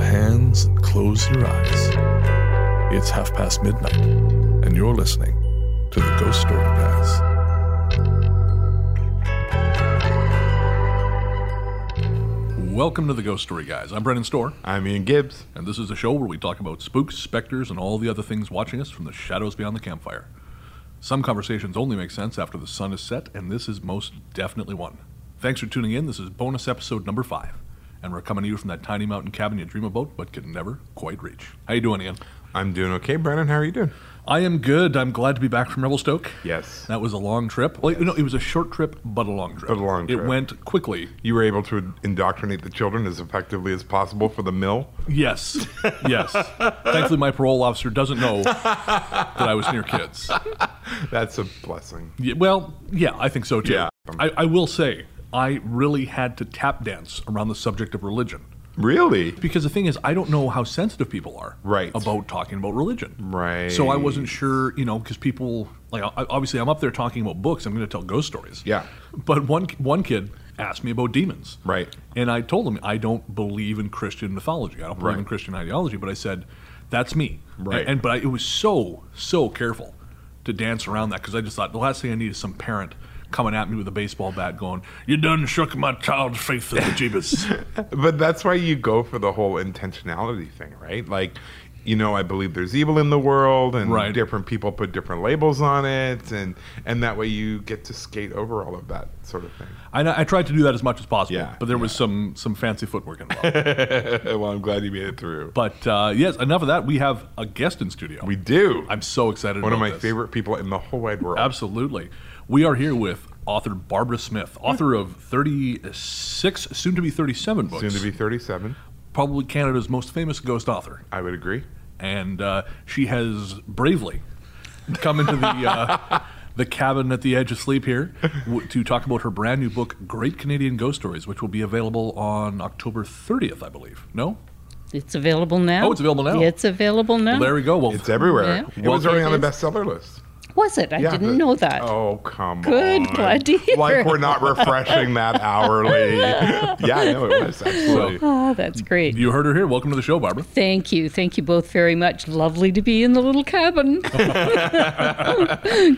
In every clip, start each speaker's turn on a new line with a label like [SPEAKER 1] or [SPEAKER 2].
[SPEAKER 1] hands and close your eyes. It's half past midnight, and you're listening to the Ghost Story Guys. Welcome to the Ghost Story Guys. I'm Brennan Storr,
[SPEAKER 2] I'm Ian Gibbs.
[SPEAKER 1] and this is a show where we talk about spooks, specters, and all the other things watching us from the shadows beyond the campfire. Some conversations only make sense after the sun is set, and this is most definitely one. Thanks for tuning in. This is bonus episode number five, and we're coming to you from that tiny mountain cabin you dream about but can never quite reach. How you doing, Ian?
[SPEAKER 2] I'm doing okay, Brennan. How are you doing?
[SPEAKER 1] I am good. I'm glad to be back from Revelstoke.
[SPEAKER 2] Yes.
[SPEAKER 1] That was a long trip. Well, no, it was a short trip, but a long trip.
[SPEAKER 2] But a long
[SPEAKER 1] It
[SPEAKER 2] trip.
[SPEAKER 1] went quickly.
[SPEAKER 2] You were able to indoctrinate the children as effectively as possible for the mill.
[SPEAKER 1] Yes. Yes. Thankfully, my parole officer doesn't know that I was near kids.
[SPEAKER 2] That's a blessing.
[SPEAKER 1] Yeah, well, yeah, I think so too.
[SPEAKER 2] Yeah.
[SPEAKER 1] I, I will say, I really had to tap dance around the subject of religion.
[SPEAKER 2] Really?
[SPEAKER 1] Because the thing is, I don't know how sensitive people are
[SPEAKER 2] Right.
[SPEAKER 1] about talking about religion.
[SPEAKER 2] Right.
[SPEAKER 1] So I wasn't sure, you know, because people like I- obviously I'm up there talking about books. I'm going to tell ghost stories.
[SPEAKER 2] Yeah.
[SPEAKER 1] But one one kid asked me about demons.
[SPEAKER 2] Right.
[SPEAKER 1] And I told him I don't believe in Christian mythology. I don't believe in
[SPEAKER 2] Right.
[SPEAKER 1] Christian ideology. But I said that's me.
[SPEAKER 2] Right.
[SPEAKER 1] And, and- but I, it was so so careful to dance around that because I just thought the last thing I need is some parent coming at me with a baseball bat going, "You done shook my child's faith in the jeebus."
[SPEAKER 2] But that's why you go for the whole intentionality thing, right? Like, you know, I believe there's evil in the world, and
[SPEAKER 1] Right.
[SPEAKER 2] different people put different labels on it, and and that way you get to skate over all of that sort of thing.
[SPEAKER 1] I, I tried to do that as much as possible,
[SPEAKER 2] Yeah,
[SPEAKER 1] but there was some some fancy footwork involved.
[SPEAKER 2] well, I'm glad you made it through.
[SPEAKER 1] but uh, yes, enough of that. We have a guest in studio.
[SPEAKER 2] We do.
[SPEAKER 1] I'm so excited.
[SPEAKER 2] One of
[SPEAKER 1] about
[SPEAKER 2] my
[SPEAKER 1] this.
[SPEAKER 2] favorite people in the whole wide world.
[SPEAKER 1] Absolutely, we are here with author Barbara Smith, author of 36, soon to be 37 books,
[SPEAKER 2] Soon to be 37.
[SPEAKER 1] probably Canada's most famous ghost author,
[SPEAKER 2] I would agree.
[SPEAKER 1] and uh, she has bravely come into the. Uh, The cabin at the edge of sleep here w- to talk about her brand new book, Great Canadian Ghost Stories, which will be available on October 30th, I believe. No?
[SPEAKER 3] It's available now.
[SPEAKER 1] Oh, it's available now.
[SPEAKER 3] It's available now.
[SPEAKER 1] Well, there we go. Well,
[SPEAKER 2] It's everywhere.
[SPEAKER 3] Yeah.
[SPEAKER 2] It was already on the
[SPEAKER 3] It is.
[SPEAKER 2] bestseller list.
[SPEAKER 3] Was it? I
[SPEAKER 2] Yeah,
[SPEAKER 3] didn't
[SPEAKER 2] the-
[SPEAKER 3] know that.
[SPEAKER 2] Oh come on!
[SPEAKER 3] Good, glad to hear.
[SPEAKER 2] Like we're not refreshing that hourly. yeah, no, it was absolutely.
[SPEAKER 3] Ah, that's great.
[SPEAKER 1] you heard her here. Welcome to the show, Barbara.
[SPEAKER 3] Thank you. Thank you both very much. Lovely to be in the little cabin.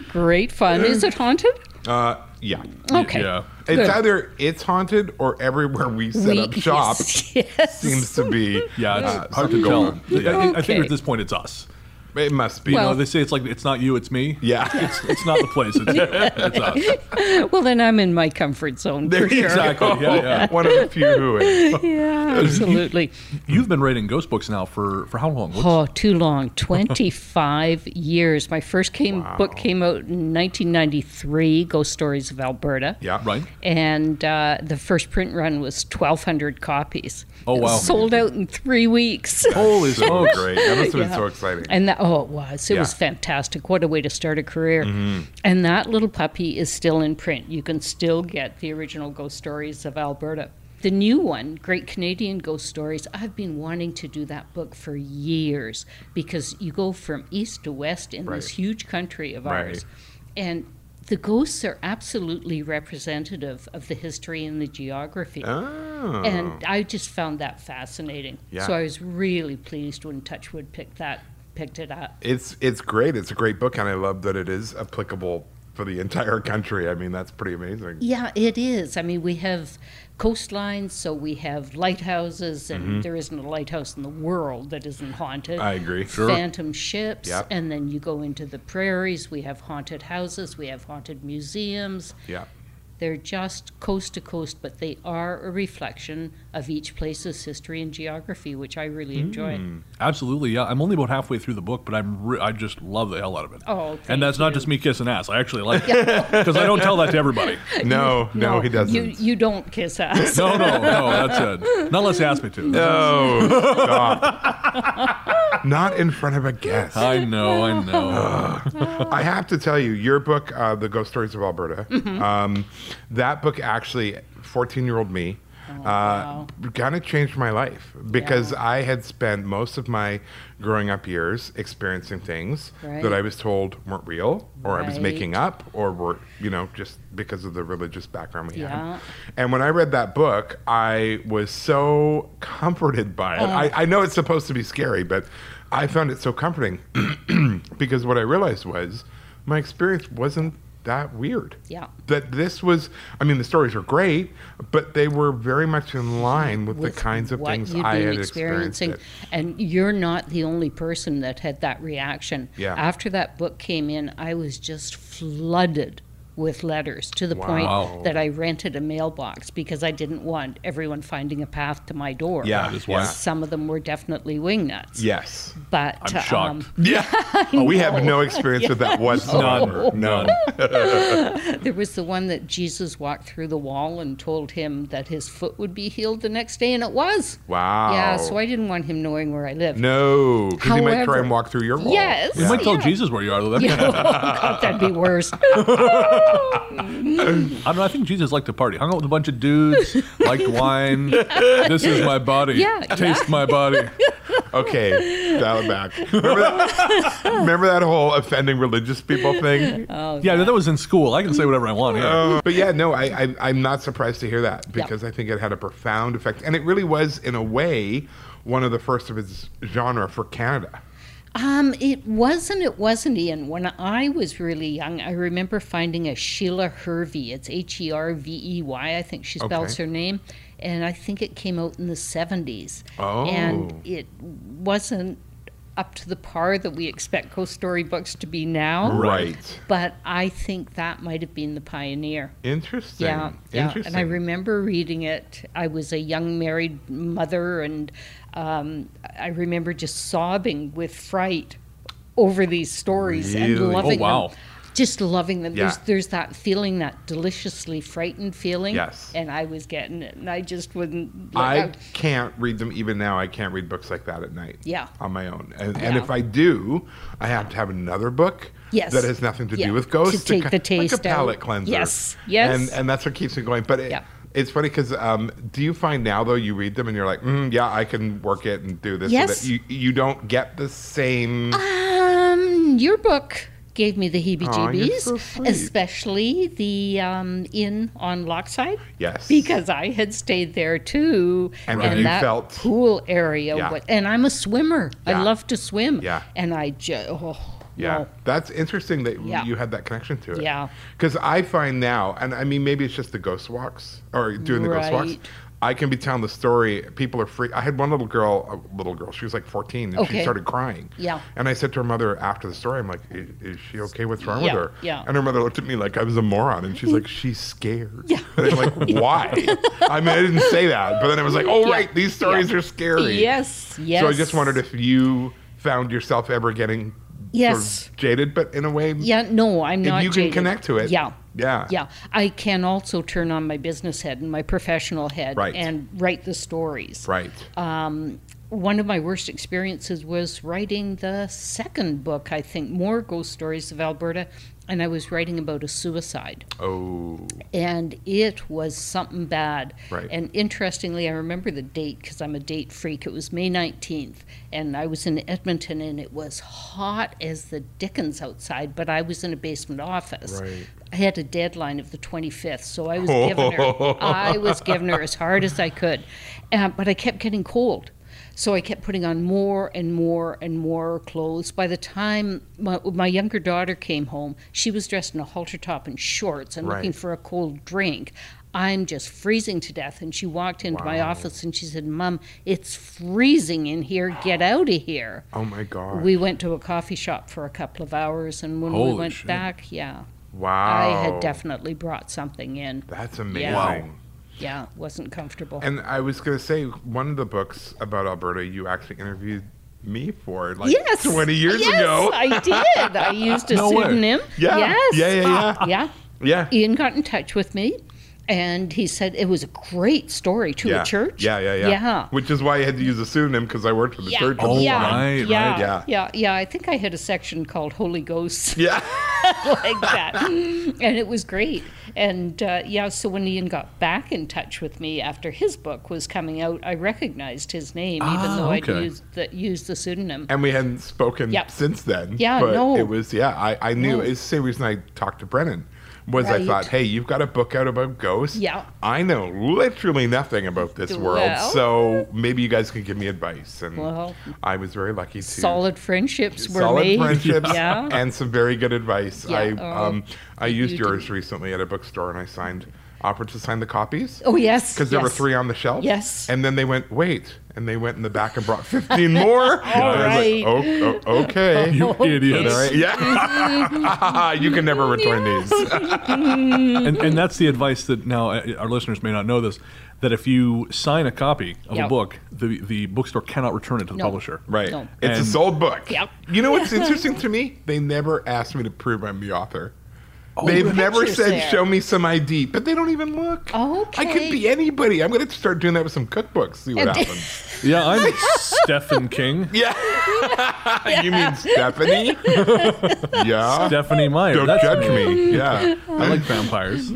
[SPEAKER 3] great fun. Is it haunted?
[SPEAKER 2] Uh, yeah,
[SPEAKER 3] Okay.
[SPEAKER 1] Yeah.
[SPEAKER 2] it's
[SPEAKER 3] Good.
[SPEAKER 2] either it's haunted or everywhere we set
[SPEAKER 3] We-
[SPEAKER 2] up shop
[SPEAKER 3] Yes.
[SPEAKER 2] seems to be.
[SPEAKER 1] Yeah, it's
[SPEAKER 2] uh,
[SPEAKER 1] hard to
[SPEAKER 2] something
[SPEAKER 1] tell. I,
[SPEAKER 2] going on.
[SPEAKER 1] think- I
[SPEAKER 3] Okay. Oh.
[SPEAKER 1] figure at this point it's us.
[SPEAKER 2] Yeah. It must be.
[SPEAKER 1] You know,
[SPEAKER 3] Well-
[SPEAKER 1] they say it's like it's not you, it's me.
[SPEAKER 2] yeah,
[SPEAKER 1] It's not the place. It's, you. it's us.
[SPEAKER 3] Well, then I'm in my comfort zone for sure.
[SPEAKER 1] Exactly. Yeah, yeah.
[SPEAKER 2] One of the few who is.
[SPEAKER 3] Yeah, absolutely.
[SPEAKER 1] You've been writing ghost books now for, for how long? What's-
[SPEAKER 3] Oh, too long. 25 years. My first came book came out in 1993, Ghost Stories of Alberta.
[SPEAKER 2] Yeah,
[SPEAKER 1] Right.
[SPEAKER 3] and uh, the first print run was 1,200 copies.
[SPEAKER 1] Oh, wow.
[SPEAKER 3] Sold out in three weeks.
[SPEAKER 1] Holy
[SPEAKER 2] So
[SPEAKER 1] smokes.
[SPEAKER 2] great. That must have been so exciting.
[SPEAKER 3] And that, oh, it was.
[SPEAKER 2] Yeah.
[SPEAKER 3] It
[SPEAKER 2] Mm-hmm.
[SPEAKER 3] was fantastic. What a way to start a career. And that little puppy is still in print. You can still get the original Ghost Stories of Alberta. The new one, Great Canadian Ghost Stories, I've been wanting to do that book for years because you go from east to west in this
[SPEAKER 2] Right.
[SPEAKER 3] huge country of
[SPEAKER 2] Right.
[SPEAKER 3] ours. And the ghosts are absolutely representative of the history and the geography.
[SPEAKER 2] Oh.
[SPEAKER 3] And I just found that fascinating.
[SPEAKER 2] Yeah.
[SPEAKER 3] So I was really pleased when Touchwood picked that picked it up.
[SPEAKER 2] it's it's great. It's a great book, and I love that it is applicable for the entire country. I mean, that's pretty amazing.
[SPEAKER 3] Yeah, it is. I mean, we have coastlines, so we have lighthouses, and there isn't a lighthouse in the world that isn't haunted.
[SPEAKER 2] Mm-hmm. I agree. Sure.
[SPEAKER 3] Phantom ships,
[SPEAKER 2] Yep.
[SPEAKER 3] and then you go into the prairies. We have haunted houses. We have haunted museums.
[SPEAKER 2] Yeah.
[SPEAKER 3] They're just coast to coast, but they are a reflection of each place's history and geography, which I really enjoy.
[SPEAKER 2] Mm.
[SPEAKER 1] Absolutely, yeah. I'm only about halfway through the book, but I'm re- I just love the hell out of it.
[SPEAKER 3] Oh, thank
[SPEAKER 1] and that's not
[SPEAKER 3] you.
[SPEAKER 1] just me kissing ass. I actually like it because I don't tell that to everybody.
[SPEAKER 2] No, no, he doesn't.
[SPEAKER 3] You you don't kiss ass.
[SPEAKER 1] No, no, no. That's it. Not unless you ask me to.
[SPEAKER 2] No, stop. Not in front of a guest.
[SPEAKER 1] I know, I know.
[SPEAKER 2] I have to tell you, your book,
[SPEAKER 3] Mm-hmm.
[SPEAKER 2] uh, The Ghost Stories of Alberta, um, that book actually, 14 year old me, uh,
[SPEAKER 3] Oh, wow.
[SPEAKER 2] kind of changed my life because I had spent most of my growing up years experiencing things that
[SPEAKER 3] Right.
[SPEAKER 2] I was told weren't real or I was
[SPEAKER 3] Right.
[SPEAKER 2] making up or were, you know, just because of the religious background we
[SPEAKER 3] Yeah.
[SPEAKER 2] had. And when I read that book, I was so comforted by it.
[SPEAKER 3] Uh.
[SPEAKER 2] I, I know it's supposed to be scary, but I found it so comforting because what I realized was my experience wasn't that weird
[SPEAKER 3] Yeah.
[SPEAKER 2] that this was i mean the stories were great but they were very much in line with,
[SPEAKER 3] with
[SPEAKER 2] the kinds of
[SPEAKER 3] what
[SPEAKER 2] things
[SPEAKER 3] you've
[SPEAKER 2] i
[SPEAKER 3] been
[SPEAKER 2] had experienced
[SPEAKER 3] experiencing, and you're not the only person that had that reaction.
[SPEAKER 2] Yeah.
[SPEAKER 3] After that book came in, I was just flooded with letters to the
[SPEAKER 2] Wow.
[SPEAKER 3] point that I rented a mailbox because I didn't want everyone finding a path to my door.
[SPEAKER 2] Yeah,
[SPEAKER 1] that is why.
[SPEAKER 3] Some of them were definitely wingnuts.
[SPEAKER 2] yes
[SPEAKER 3] But
[SPEAKER 1] I'm shocked.
[SPEAKER 3] Um,
[SPEAKER 2] yeah oh, we have no experience with that whatsoever
[SPEAKER 1] None. None.
[SPEAKER 3] there was the one that Jesus walked through the wall and told him that his foot would be healed the next day, and it was.
[SPEAKER 2] wow
[SPEAKER 3] Yeah, so I didn't want him knowing where I lived.
[SPEAKER 2] no because he might try
[SPEAKER 3] However-
[SPEAKER 2] and walk through your wall
[SPEAKER 3] Yes.
[SPEAKER 1] You might tell
[SPEAKER 3] Yeah.
[SPEAKER 1] Jesus where you are, though. That'd be
[SPEAKER 3] Yeah, God, that'd be worse.
[SPEAKER 1] I don't know. I think Jesus liked to party. Hung out with a bunch of dudes, liked wine. This is my body.
[SPEAKER 3] Yeah,
[SPEAKER 1] Taste my body.
[SPEAKER 2] okay dial it back remember that, remember that whole offending religious people thing
[SPEAKER 3] Oh,
[SPEAKER 1] Yeah, that was in school. I can say whatever I want. Yeah.
[SPEAKER 2] Uh, but yeah, no, I, I, I'm not surprised to hear that because I think it had a profound effect. And it really was, in a way, one of the first of its genre for Canada.
[SPEAKER 3] Um, it wasn't. It wasn't Ian. When I was really young, I remember finding a Sheila Hervey. It's H E R V E Y. I think she spells
[SPEAKER 2] Okay.
[SPEAKER 3] her name, and I think it came out in the seventies.
[SPEAKER 2] Oh.
[SPEAKER 3] and it wasn't up to the par that we expect ghost story books to be now.
[SPEAKER 2] Right.
[SPEAKER 3] But I think that might have been the pioneer.
[SPEAKER 2] Interesting.
[SPEAKER 3] Yeah, yeah.
[SPEAKER 2] Interesting.
[SPEAKER 3] And I remember reading it. I was a young married mother, and um, I remember just sobbing with fright over these stories
[SPEAKER 2] Really? Oh,
[SPEAKER 3] and loving
[SPEAKER 1] wow.
[SPEAKER 3] them. Just loving them. There's,
[SPEAKER 2] Yeah.
[SPEAKER 3] there's that feeling, that deliciously frightened feeling.
[SPEAKER 2] Yes.
[SPEAKER 3] And I was getting it, and I just wouldn't.
[SPEAKER 2] I
[SPEAKER 3] like,
[SPEAKER 2] can't read them even now. I can't read books like that at night.
[SPEAKER 3] Yeah.
[SPEAKER 2] On my own. And, and
[SPEAKER 3] Yeah.
[SPEAKER 2] if I do, I have to have another book
[SPEAKER 3] Yes.
[SPEAKER 2] that has nothing to
[SPEAKER 3] Yeah.
[SPEAKER 2] do with ghosts.
[SPEAKER 3] To take
[SPEAKER 2] ki-
[SPEAKER 3] the
[SPEAKER 2] Like a
[SPEAKER 3] taste
[SPEAKER 2] palate
[SPEAKER 3] out.
[SPEAKER 2] cleanser.
[SPEAKER 3] Yes. Yes.
[SPEAKER 2] And, and that's what keeps me going. But it,
[SPEAKER 3] Yeah.
[SPEAKER 2] it's funny because um, do you find now, though, you read them and you're like, mm, yeah, I can work it and do this. and
[SPEAKER 3] Yes. Uh,
[SPEAKER 2] that." You, you don't get the same.
[SPEAKER 3] Um, your book gave me the heebie-jeebies,
[SPEAKER 2] Oh, so sweet.
[SPEAKER 3] especially the um, inn on Lockside.
[SPEAKER 2] Yes.
[SPEAKER 3] because I had stayed there too,
[SPEAKER 2] And then you
[SPEAKER 3] that
[SPEAKER 2] felt-
[SPEAKER 3] pool area.
[SPEAKER 2] Yeah.
[SPEAKER 3] wa- and I'm a swimmer.
[SPEAKER 2] Yeah.
[SPEAKER 3] I love to swim.
[SPEAKER 2] Yeah.
[SPEAKER 3] and I just oh,
[SPEAKER 2] Yeah,
[SPEAKER 3] no.
[SPEAKER 2] that's interesting that
[SPEAKER 3] Yeah.
[SPEAKER 2] you had that connection to it.
[SPEAKER 3] Yeah.
[SPEAKER 2] because I find now, and I mean, maybe it's just the ghost walks or doing the ghost walks.
[SPEAKER 3] Right.
[SPEAKER 2] I can be telling the story. People are free. I had one little girl, a little girl. She was like 14, and she
[SPEAKER 3] Okay.
[SPEAKER 2] started crying.
[SPEAKER 3] Yeah.
[SPEAKER 2] And I said to her mother after the story, I'm like, "I- "Is she okay? What's wrong
[SPEAKER 3] Yeah,
[SPEAKER 2] with her?"
[SPEAKER 3] yeah.
[SPEAKER 2] And her mother looked at me like I was a moron, and she's like, "She's scared."
[SPEAKER 3] Yeah.
[SPEAKER 2] And I'm like, "Why?" I mean, I didn't say that, but then I was like, "Oh
[SPEAKER 3] Yeah,
[SPEAKER 2] right, these stories
[SPEAKER 3] yeah.
[SPEAKER 2] are scary."
[SPEAKER 3] Yes, yes.
[SPEAKER 2] So I just wondered if you found yourself ever getting
[SPEAKER 3] Yes.
[SPEAKER 2] sort of jaded, but in a way,
[SPEAKER 3] Yeah, no, I'm
[SPEAKER 2] if
[SPEAKER 3] not.
[SPEAKER 2] you can
[SPEAKER 3] jaded.
[SPEAKER 2] connect to it,
[SPEAKER 3] Yeah.
[SPEAKER 2] yeah,
[SPEAKER 3] Yeah, I can also turn on my business head and my professional head
[SPEAKER 2] Right.
[SPEAKER 3] and write the stories.
[SPEAKER 2] right,
[SPEAKER 3] Uh, One of my worst experiences was writing the second book, I think, More Ghost Stories of Alberta, and I was writing about a suicide.
[SPEAKER 2] oh,
[SPEAKER 3] and it was something bad.
[SPEAKER 2] Right.
[SPEAKER 3] And interestingly, I remember the date because I'm a date freak. It was May 19th, and I was in Edmonton, and it was hot as the dickens outside, but I was in a basement office.
[SPEAKER 2] Right.
[SPEAKER 3] I had a deadline of the 25th, so I was giving her, I was giving her as hard as I could, um, but I kept getting cold. So I kept putting on more and more and more clothes. By the time my, my younger daughter came home, she was dressed in a halter top and shorts and looking
[SPEAKER 2] Right.
[SPEAKER 3] for a cold drink. I'm just freezing to death. And she walked into my office and she said, Mom, it's freezing in here. Get out of here.
[SPEAKER 2] oh my god,
[SPEAKER 3] We went to a coffee shop for a couple of hours. And when
[SPEAKER 1] Holy
[SPEAKER 3] we went
[SPEAKER 1] shit.
[SPEAKER 3] back, yeah,
[SPEAKER 2] wow,
[SPEAKER 3] I had definitely brought something in.
[SPEAKER 2] that's amazing.
[SPEAKER 1] Wow.
[SPEAKER 3] Yeah, wasn't comfortable.
[SPEAKER 2] And I was gonna say one of the books about Alberta you actually interviewed me for like
[SPEAKER 3] yes.
[SPEAKER 2] 20 years
[SPEAKER 3] Yes,
[SPEAKER 2] ago.
[SPEAKER 3] I did. I used a
[SPEAKER 1] No way.
[SPEAKER 3] pseudonym.
[SPEAKER 2] Yeah.
[SPEAKER 3] Yes.
[SPEAKER 2] Yeah, yeah, yeah.
[SPEAKER 3] yeah.
[SPEAKER 2] yeah.
[SPEAKER 3] Ian got in touch with me And he said it was a great story to
[SPEAKER 2] yeah.
[SPEAKER 3] a church.
[SPEAKER 2] Yeah, yeah, yeah.
[SPEAKER 3] Yeah.
[SPEAKER 2] Which is why I had to use a pseudonym because I worked for the
[SPEAKER 3] Yeah,
[SPEAKER 2] church. at
[SPEAKER 1] Oh,
[SPEAKER 2] the
[SPEAKER 3] yeah,
[SPEAKER 2] time.
[SPEAKER 1] right, right.
[SPEAKER 3] yeah,
[SPEAKER 2] Yeah.
[SPEAKER 3] yeah, yeah, I think I had a section called Holy Ghost
[SPEAKER 2] Yeah.
[SPEAKER 3] like that, and it was great. And uh, yeah, so when Ian got back in touch with me after his book was coming out, I recognized his name, even
[SPEAKER 1] Ah,
[SPEAKER 3] though I'd
[SPEAKER 1] okay.
[SPEAKER 3] used the, used the pseudonym.
[SPEAKER 2] and we hadn't spoken
[SPEAKER 3] Yep.
[SPEAKER 2] since then.
[SPEAKER 3] Yeah,
[SPEAKER 2] but
[SPEAKER 3] no.
[SPEAKER 2] it was yeah. I, I knew
[SPEAKER 3] No.
[SPEAKER 2] it's the same reason I talked to Brennan was I
[SPEAKER 3] Right.
[SPEAKER 2] thought, hey, you've got a book out about ghosts.
[SPEAKER 3] Yeah.
[SPEAKER 2] I know literally nothing about this world,
[SPEAKER 3] Well.
[SPEAKER 2] so maybe you guys can give me advice. And
[SPEAKER 3] Well.
[SPEAKER 2] I was very lucky to
[SPEAKER 3] Solid friendships were
[SPEAKER 2] solid
[SPEAKER 3] made.
[SPEAKER 2] friendships
[SPEAKER 3] Yeah.
[SPEAKER 2] and some very good advice.
[SPEAKER 3] Yeah,
[SPEAKER 2] I
[SPEAKER 3] oh,
[SPEAKER 2] um I used
[SPEAKER 3] you
[SPEAKER 2] yours recently at a bookstore and I signed offered to sign the copies.
[SPEAKER 3] Oh yes,
[SPEAKER 2] Because there were
[SPEAKER 3] yes.
[SPEAKER 2] three on the shelf.
[SPEAKER 3] Yes.
[SPEAKER 2] And then they went, wait. And they went in the back and brought 15 more. And I was
[SPEAKER 3] right.
[SPEAKER 2] like, "Oh, oh, okay.
[SPEAKER 1] You idiots.
[SPEAKER 2] All right. Yeah. you can never return these.
[SPEAKER 1] and, and that's the advice that now uh, our listeners may not know this that if you sign a copy of a
[SPEAKER 3] Yep.
[SPEAKER 1] book, the, the bookstore cannot return it to the
[SPEAKER 3] No.
[SPEAKER 1] publisher.
[SPEAKER 2] Right.
[SPEAKER 3] No.
[SPEAKER 2] It's a
[SPEAKER 1] And-
[SPEAKER 2] sold book.
[SPEAKER 3] Yep.
[SPEAKER 2] You know what's interesting to me? They never asked me to prove I'm the author.
[SPEAKER 1] Oh,
[SPEAKER 2] They've
[SPEAKER 1] right.
[SPEAKER 2] never
[SPEAKER 3] Pictures
[SPEAKER 2] said,
[SPEAKER 3] there.
[SPEAKER 2] show me some ID, but they don't even look. I could
[SPEAKER 3] Okay.
[SPEAKER 2] be anybody. I'm going to start doing that with some cookbooks, see what
[SPEAKER 3] And-
[SPEAKER 2] happens.
[SPEAKER 1] Yeah, I'm Stephen King.
[SPEAKER 2] yeah. you mean Stephanie? yeah.
[SPEAKER 1] Stephanie Meyer.
[SPEAKER 2] don't
[SPEAKER 1] That's
[SPEAKER 2] judge me. Yeah.
[SPEAKER 1] I like vampires.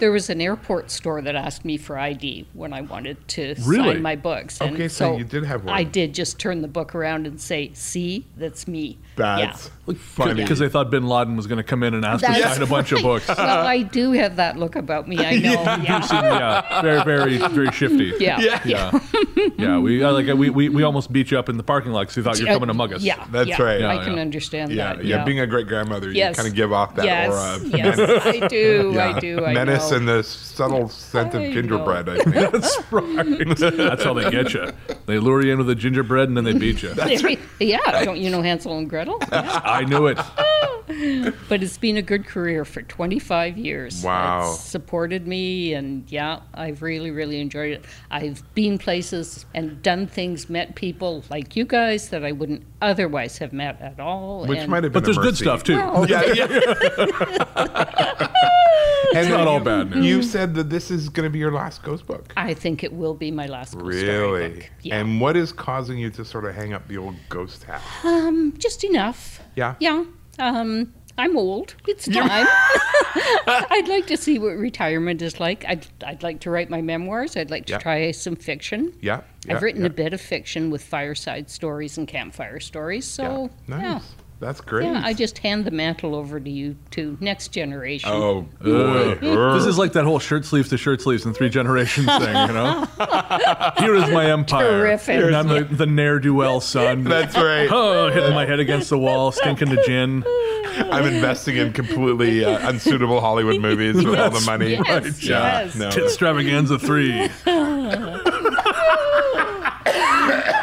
[SPEAKER 3] There was an airport store that asked me for ID when I wanted to
[SPEAKER 1] Really?
[SPEAKER 3] sign my books. And
[SPEAKER 2] Okay, so you did have one.
[SPEAKER 3] I did just turn the book around and say, "See, that's me."
[SPEAKER 2] That's
[SPEAKER 3] Yeah.
[SPEAKER 2] funny.
[SPEAKER 1] Because they thought Bin Laden was going to come in and ask to
[SPEAKER 3] That's
[SPEAKER 1] sign a bunch of books.
[SPEAKER 3] well, I do have that look about me. I know.
[SPEAKER 1] You seem, yeah, very, very, very shifty.
[SPEAKER 3] Yeah.
[SPEAKER 2] Yeah.
[SPEAKER 1] yeah, yeah. We I like we, we we almost beat you up in the parking lot because you thought you were coming to mug us.
[SPEAKER 3] Yeah,
[SPEAKER 2] That's
[SPEAKER 3] yeah,
[SPEAKER 2] right.
[SPEAKER 3] I
[SPEAKER 1] Yeah,
[SPEAKER 3] can
[SPEAKER 1] yeah.
[SPEAKER 3] understand
[SPEAKER 2] Yeah,
[SPEAKER 3] that.
[SPEAKER 2] yeah, Being a great grandmother,
[SPEAKER 3] Yes.
[SPEAKER 2] you kind of give off that
[SPEAKER 3] yes,
[SPEAKER 2] aura. of
[SPEAKER 3] yes, I do.
[SPEAKER 2] yeah,
[SPEAKER 3] I do. I
[SPEAKER 2] menace
[SPEAKER 3] know.
[SPEAKER 2] and the subtle scent
[SPEAKER 3] I
[SPEAKER 2] of
[SPEAKER 3] know.
[SPEAKER 2] gingerbread. I think.
[SPEAKER 1] That's right. That's how they get you. They lure you in with the gingerbread and then they beat you.
[SPEAKER 3] yeah, don't you know Hansel and Gretel?
[SPEAKER 1] I knew it.
[SPEAKER 3] But it's been a good career for 25 years.
[SPEAKER 2] Wow.
[SPEAKER 3] It's supported me, and yeah, I've really, really enjoyed it. I've been places and done things, met people like you guys that I wouldn't otherwise have met at all.
[SPEAKER 2] Which
[SPEAKER 3] and
[SPEAKER 2] might have been.
[SPEAKER 1] But there's
[SPEAKER 2] a
[SPEAKER 1] good
[SPEAKER 2] mercy.
[SPEAKER 1] stuff too.
[SPEAKER 3] Well,
[SPEAKER 2] Yeah, yeah. it's
[SPEAKER 1] not all bad
[SPEAKER 3] Mm-hmm.
[SPEAKER 1] news.
[SPEAKER 2] You said that this is going to be your last ghost book.
[SPEAKER 3] I think it will be my last ghost
[SPEAKER 2] Really?
[SPEAKER 3] storybook. Yeah.
[SPEAKER 2] And what is causing you to sort of hang up the old ghost hat?
[SPEAKER 3] um, just enough.
[SPEAKER 2] Yeah.
[SPEAKER 3] Yeah. Um, I'm old. It's time. I'd like to see what retirement is like. I'd, I'd like to write my memoirs. I'd like to
[SPEAKER 2] Yeah.
[SPEAKER 3] try some fiction.
[SPEAKER 2] Yeah. yeah,
[SPEAKER 3] I've written
[SPEAKER 2] yeah,
[SPEAKER 3] a bit of fiction with fireside stories and campfire stories.
[SPEAKER 2] yeah.
[SPEAKER 3] So,
[SPEAKER 2] Nice.
[SPEAKER 3] yeah.
[SPEAKER 2] That's great.
[SPEAKER 3] Yeah, I just hand the mantle over to you to next generation.
[SPEAKER 2] Oh,
[SPEAKER 1] Uh,
[SPEAKER 2] boy. Urgh.
[SPEAKER 1] this is like that whole shirt sleeves to shirt sleeves and three generations thing, you know? Here is my empire.
[SPEAKER 3] Terrific.
[SPEAKER 1] And I'm the, the ne'er do well son.
[SPEAKER 2] That's right.
[SPEAKER 1] oh, hitting my head against the wall, stinking to gin.
[SPEAKER 2] I'm investing in completely uh, unsuitable Hollywood movies with all the
[SPEAKER 1] That's
[SPEAKER 2] money.
[SPEAKER 3] Yes,
[SPEAKER 2] Yeah,
[SPEAKER 3] yes.
[SPEAKER 2] no.
[SPEAKER 1] Extravaganza three.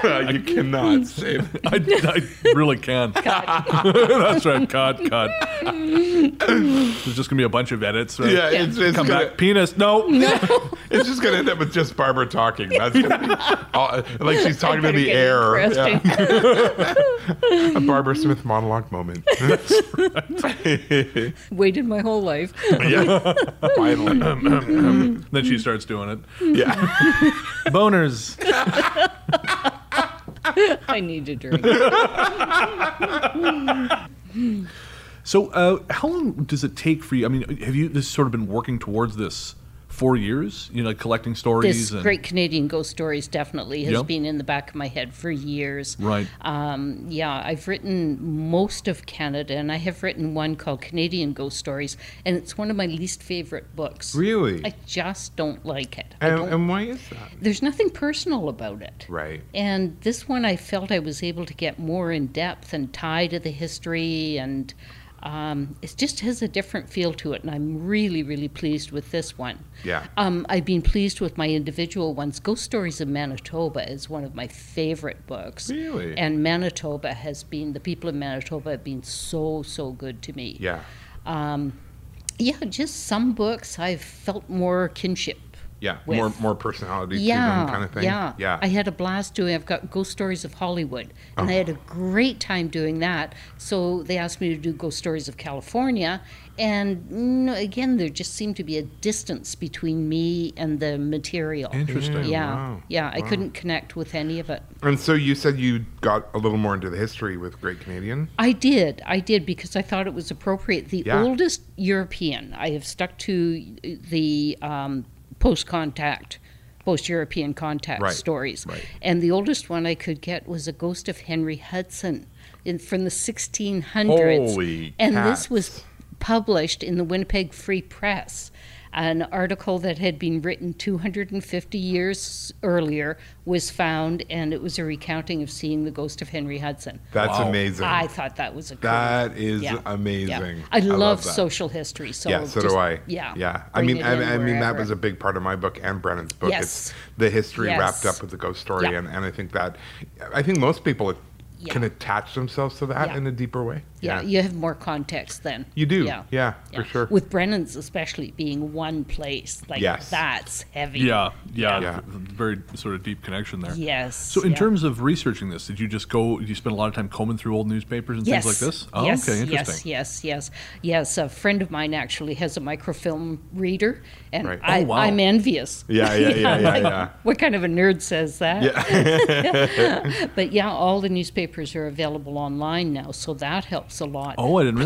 [SPEAKER 2] Uh, you cannot save.
[SPEAKER 1] I, I really can. That's right. Cut, cut. There's just gonna be a bunch of edits. Right?
[SPEAKER 2] Yeah, it's, it's,
[SPEAKER 1] Come
[SPEAKER 2] gonna,
[SPEAKER 1] back, penis. No.
[SPEAKER 2] it's just gonna end up with just Barbara talking. That's gonna, all, like she's talking to
[SPEAKER 3] Better
[SPEAKER 2] the
[SPEAKER 3] get
[SPEAKER 2] air. Yeah.
[SPEAKER 3] interesting.
[SPEAKER 2] A Barbara Smith monologue moment.
[SPEAKER 3] Waited my whole life.
[SPEAKER 2] yeah, finally.
[SPEAKER 1] then she starts doing it.
[SPEAKER 2] Yeah,
[SPEAKER 1] Boners.
[SPEAKER 3] I need a drink.
[SPEAKER 1] So, uh, how long does it take for you? I mean, have you this sort of been working towards this for years? You know, like collecting stories.
[SPEAKER 3] This Great Canadian Ghost Stories definitely has
[SPEAKER 1] Yep.
[SPEAKER 3] been in the back of my head for years.
[SPEAKER 1] Right.
[SPEAKER 3] Um, yeah, I've written most of Canada, and I have written one called Canadian Ghost Stories, and it's one of my least favorite books.
[SPEAKER 2] really.
[SPEAKER 3] I just don't like it. I
[SPEAKER 2] and,
[SPEAKER 3] don't-
[SPEAKER 2] and why is that?
[SPEAKER 3] there's nothing personal about it.
[SPEAKER 2] Right.
[SPEAKER 3] And this one, I felt I was able to get more in depth and tie to the history, and um, it just has a different feel to it. And I'm really, really pleased with this one.
[SPEAKER 2] Yeah.
[SPEAKER 3] Um, I've been pleased with my individual ones. Ghost Stories of Manitoba is one of my favorite books.
[SPEAKER 2] Really?
[SPEAKER 3] And Manitoba has been, the people of Manitoba have been so, so good to me.
[SPEAKER 2] Yeah.
[SPEAKER 3] Yeah, just some books I've felt more kinship
[SPEAKER 2] Yeah,
[SPEAKER 3] with.
[SPEAKER 2] more more personality to
[SPEAKER 3] yeah,
[SPEAKER 2] them kind of thing.
[SPEAKER 3] Yeah,
[SPEAKER 2] yeah. Oh.
[SPEAKER 3] I had a blast doing. I've got ghost stories of Hollywood, and I had a great time doing that. So they asked me to do ghost stories of California, and mm, again, there just seemed to be a distance between me and the material.
[SPEAKER 1] Interesting.
[SPEAKER 3] Yeah,
[SPEAKER 2] wow,
[SPEAKER 3] yeah, I couldn't connect with any of it.
[SPEAKER 2] and so you said you got a little more into the history with Great Canadian.
[SPEAKER 3] I did. I did because I thought it was appropriate. The
[SPEAKER 2] Yeah.
[SPEAKER 3] oldest European. I have stuck to uh, the um, post contact, post European contact
[SPEAKER 2] Right,
[SPEAKER 3] stories.
[SPEAKER 2] right.
[SPEAKER 3] And the oldest one I could get was a ghost of Henry Hudson in, from the 1600s.
[SPEAKER 2] Holy
[SPEAKER 3] and
[SPEAKER 2] cats.
[SPEAKER 3] this was published in the Winnipeg Free Press, an article that had been written 250 years earlier was found, and it was a recounting of seeing the ghost of Henry Hudson.
[SPEAKER 2] That's
[SPEAKER 1] Wow.
[SPEAKER 2] amazing.
[SPEAKER 3] I thought that was a cool.
[SPEAKER 2] That is
[SPEAKER 3] Yeah.
[SPEAKER 2] amazing.
[SPEAKER 3] Yeah.
[SPEAKER 2] I
[SPEAKER 3] I love,
[SPEAKER 2] love that.
[SPEAKER 3] social history. So
[SPEAKER 2] yeah, so
[SPEAKER 3] just-
[SPEAKER 2] do I.
[SPEAKER 3] Yeah,
[SPEAKER 2] yeah. I
[SPEAKER 3] bring
[SPEAKER 2] mean,
[SPEAKER 3] it
[SPEAKER 2] I,
[SPEAKER 3] in
[SPEAKER 2] I mean that
[SPEAKER 3] wherever.
[SPEAKER 2] was a big part of my book and Brennan's book.
[SPEAKER 3] Yes.
[SPEAKER 2] It's the history
[SPEAKER 3] Yes.
[SPEAKER 2] wrapped up with the ghost story,
[SPEAKER 3] Yeah.
[SPEAKER 2] and, and I think that, I think most people
[SPEAKER 3] Yeah.
[SPEAKER 2] can attach themselves to that
[SPEAKER 3] Yeah.
[SPEAKER 2] in a deeper way.
[SPEAKER 3] yeah, you have more context then.
[SPEAKER 2] You do.
[SPEAKER 3] Yeah,
[SPEAKER 2] Yeah, for sure.
[SPEAKER 3] With Brennan's especially being one place, like
[SPEAKER 2] Yes.
[SPEAKER 3] that's heavy.
[SPEAKER 1] Yeah, yeah,
[SPEAKER 2] Yeah.
[SPEAKER 1] v- very sort of deep connection there.
[SPEAKER 3] Yes.
[SPEAKER 1] So, in
[SPEAKER 3] yeah.
[SPEAKER 1] terms of researching this, did you just go? Did you spend a lot of time combing through old newspapers and
[SPEAKER 3] yes.
[SPEAKER 1] things like this? Oh,
[SPEAKER 3] yes,
[SPEAKER 1] okay, interesting.
[SPEAKER 3] Yes, yes, yes, yes. A friend of mine actually has a microfilm reader, and
[SPEAKER 2] Right.
[SPEAKER 3] I,
[SPEAKER 1] Oh, wow.
[SPEAKER 3] I'm envious.
[SPEAKER 2] Yeah, yeah, yeah, yeah,
[SPEAKER 3] like,
[SPEAKER 2] yeah.
[SPEAKER 3] What kind of a nerd says that?
[SPEAKER 2] Yeah.
[SPEAKER 3] But yeah, all the newspapers are available online now, so that helps a lot.
[SPEAKER 1] Oh, I didn't
[SPEAKER 3] Plus,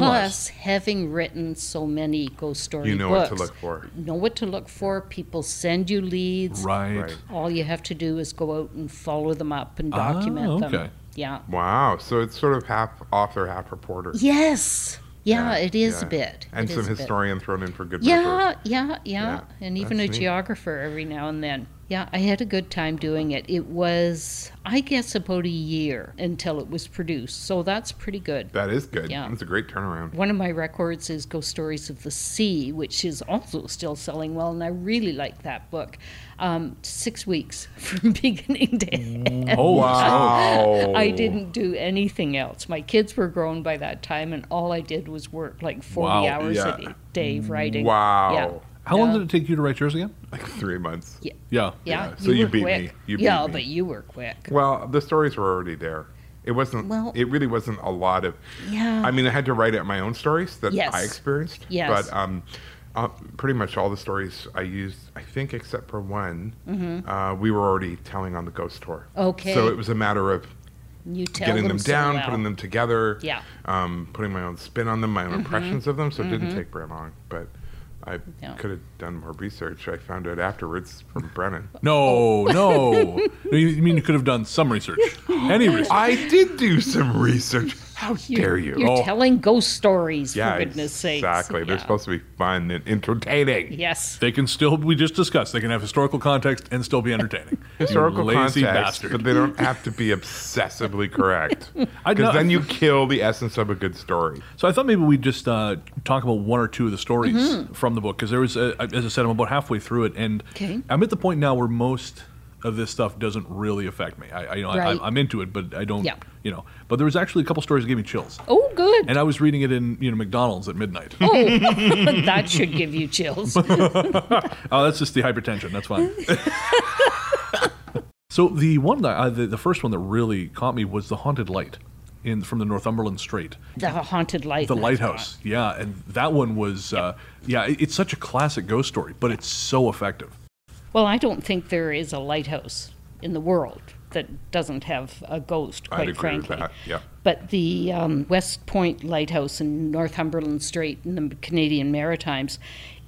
[SPEAKER 1] realize.
[SPEAKER 3] having written so many ghost story
[SPEAKER 2] you know
[SPEAKER 3] books,
[SPEAKER 2] what to look for.
[SPEAKER 3] know what to look for. People send you leads.
[SPEAKER 1] Right.
[SPEAKER 2] Right.
[SPEAKER 3] All you have to do is go out and follow them up and document
[SPEAKER 1] Ah, okay.
[SPEAKER 3] them. Yeah.
[SPEAKER 2] Wow. So it's sort of half author, half reporter.
[SPEAKER 3] Yes. Yeah, it is
[SPEAKER 2] yeah.
[SPEAKER 3] a bit.
[SPEAKER 2] And
[SPEAKER 3] It
[SPEAKER 2] some
[SPEAKER 3] is a bit.
[SPEAKER 2] historian thrown in for good measure.
[SPEAKER 3] Yeah, yeah, yeah,
[SPEAKER 2] Yeah,
[SPEAKER 3] And even a
[SPEAKER 2] that's neat.
[SPEAKER 3] geographer every now and then. Yeah, I had a good time doing it. It was, I guess, about a year until it was produced. So that's pretty good.
[SPEAKER 2] That is good.
[SPEAKER 3] Yeah.
[SPEAKER 2] That's a great turnaround.
[SPEAKER 3] One of my records is Ghost Stories of the Sea, which is also still selling well, and I really like that book. Um, six weeks from beginning to end.
[SPEAKER 1] Oh, wow.
[SPEAKER 2] Wow.
[SPEAKER 3] I didn't do anything else. My kids were grown by that time, and all I did was work like 40
[SPEAKER 1] Wow,
[SPEAKER 3] hours
[SPEAKER 2] yeah.
[SPEAKER 3] a day- day writing.
[SPEAKER 2] Wow.
[SPEAKER 3] Yeah.
[SPEAKER 1] How long
[SPEAKER 3] Yeah.
[SPEAKER 1] did it take you to write yours again?
[SPEAKER 2] Like three months.
[SPEAKER 3] Yeah.
[SPEAKER 1] Yeah.
[SPEAKER 3] Yeah,
[SPEAKER 2] Yeah, so you
[SPEAKER 3] were
[SPEAKER 2] beat me.
[SPEAKER 3] quick.
[SPEAKER 2] You beat
[SPEAKER 3] yeah,
[SPEAKER 2] me.
[SPEAKER 3] but you were quick.
[SPEAKER 2] Well, the stories were already there. It wasn't.
[SPEAKER 3] Well-
[SPEAKER 2] it really wasn't a lot of.
[SPEAKER 3] Yeah.
[SPEAKER 2] I mean, I had to write out my own stories that
[SPEAKER 3] Um, Yes.
[SPEAKER 2] I experienced.
[SPEAKER 3] Yes.
[SPEAKER 2] But um, uh, pretty much all the stories I used, I think, except for one, uh, we were already telling on the ghost tour.
[SPEAKER 3] Mm-hmm. Okay.
[SPEAKER 2] So it was a matter of
[SPEAKER 3] you tell
[SPEAKER 2] getting them,
[SPEAKER 3] them, so
[SPEAKER 2] down,
[SPEAKER 3] well.
[SPEAKER 2] putting them together.
[SPEAKER 3] Yeah. Mm-hmm.
[SPEAKER 2] Um, putting my own spin on them, my own impressions of them. So it didn't take very long, but. I
[SPEAKER 3] No.
[SPEAKER 2] could have done more research. I found out afterwards from Brennan.
[SPEAKER 3] Oh.
[SPEAKER 1] No, no. No, you you mean you could have done some research? Any research?
[SPEAKER 2] I did do some research. How dare you?
[SPEAKER 3] You're
[SPEAKER 1] Oh.
[SPEAKER 3] telling ghost stories, for goodness sakes.
[SPEAKER 2] exactly. They're
[SPEAKER 3] Yeah.
[SPEAKER 2] supposed to be fun and entertaining.
[SPEAKER 3] Yes.
[SPEAKER 1] They can still. We just discussed. They can have historical context and still be entertaining. You
[SPEAKER 2] Historical
[SPEAKER 1] lazy
[SPEAKER 2] context,
[SPEAKER 1] bastard.
[SPEAKER 2] but they don't have to be obsessively correct.
[SPEAKER 1] I know-
[SPEAKER 2] Because then you kill the essence of a good story.
[SPEAKER 1] So I thought maybe we'd just uh, talk about one or two of the stories
[SPEAKER 3] Mm-hmm.
[SPEAKER 1] from the book because there was, uh, as I said, I'm about halfway through it, and
[SPEAKER 3] Okay.
[SPEAKER 1] I'm at the point now where most of this stuff doesn't really affect me. I, I you know,
[SPEAKER 3] Right.
[SPEAKER 1] I, I'm into it, but I don't,
[SPEAKER 3] Yeah.
[SPEAKER 1] you know. But there was actually a couple stories that gave me chills,
[SPEAKER 3] Oh, good.
[SPEAKER 1] and I was reading it in you know McDonald's at midnight. Oh,
[SPEAKER 3] Oh, that should give you chills.
[SPEAKER 1] Oh, that's just the hypertension. That's fine. so the one that I, the, the first one that really caught me was the haunted light in from the Northumberland Strait.
[SPEAKER 3] The haunted light.
[SPEAKER 1] The lighthouse, yeah, and that one was, uh, yeah, it, it's such a classic ghost story, but it's so effective.
[SPEAKER 3] Well, I don't think there is a lighthouse in the world that doesn't have a ghost. Quite
[SPEAKER 2] I'd agree
[SPEAKER 3] frankly.
[SPEAKER 2] with that. Yeah.
[SPEAKER 3] But the um, West Point Lighthouse in Northumberland Strait in the Canadian Maritimes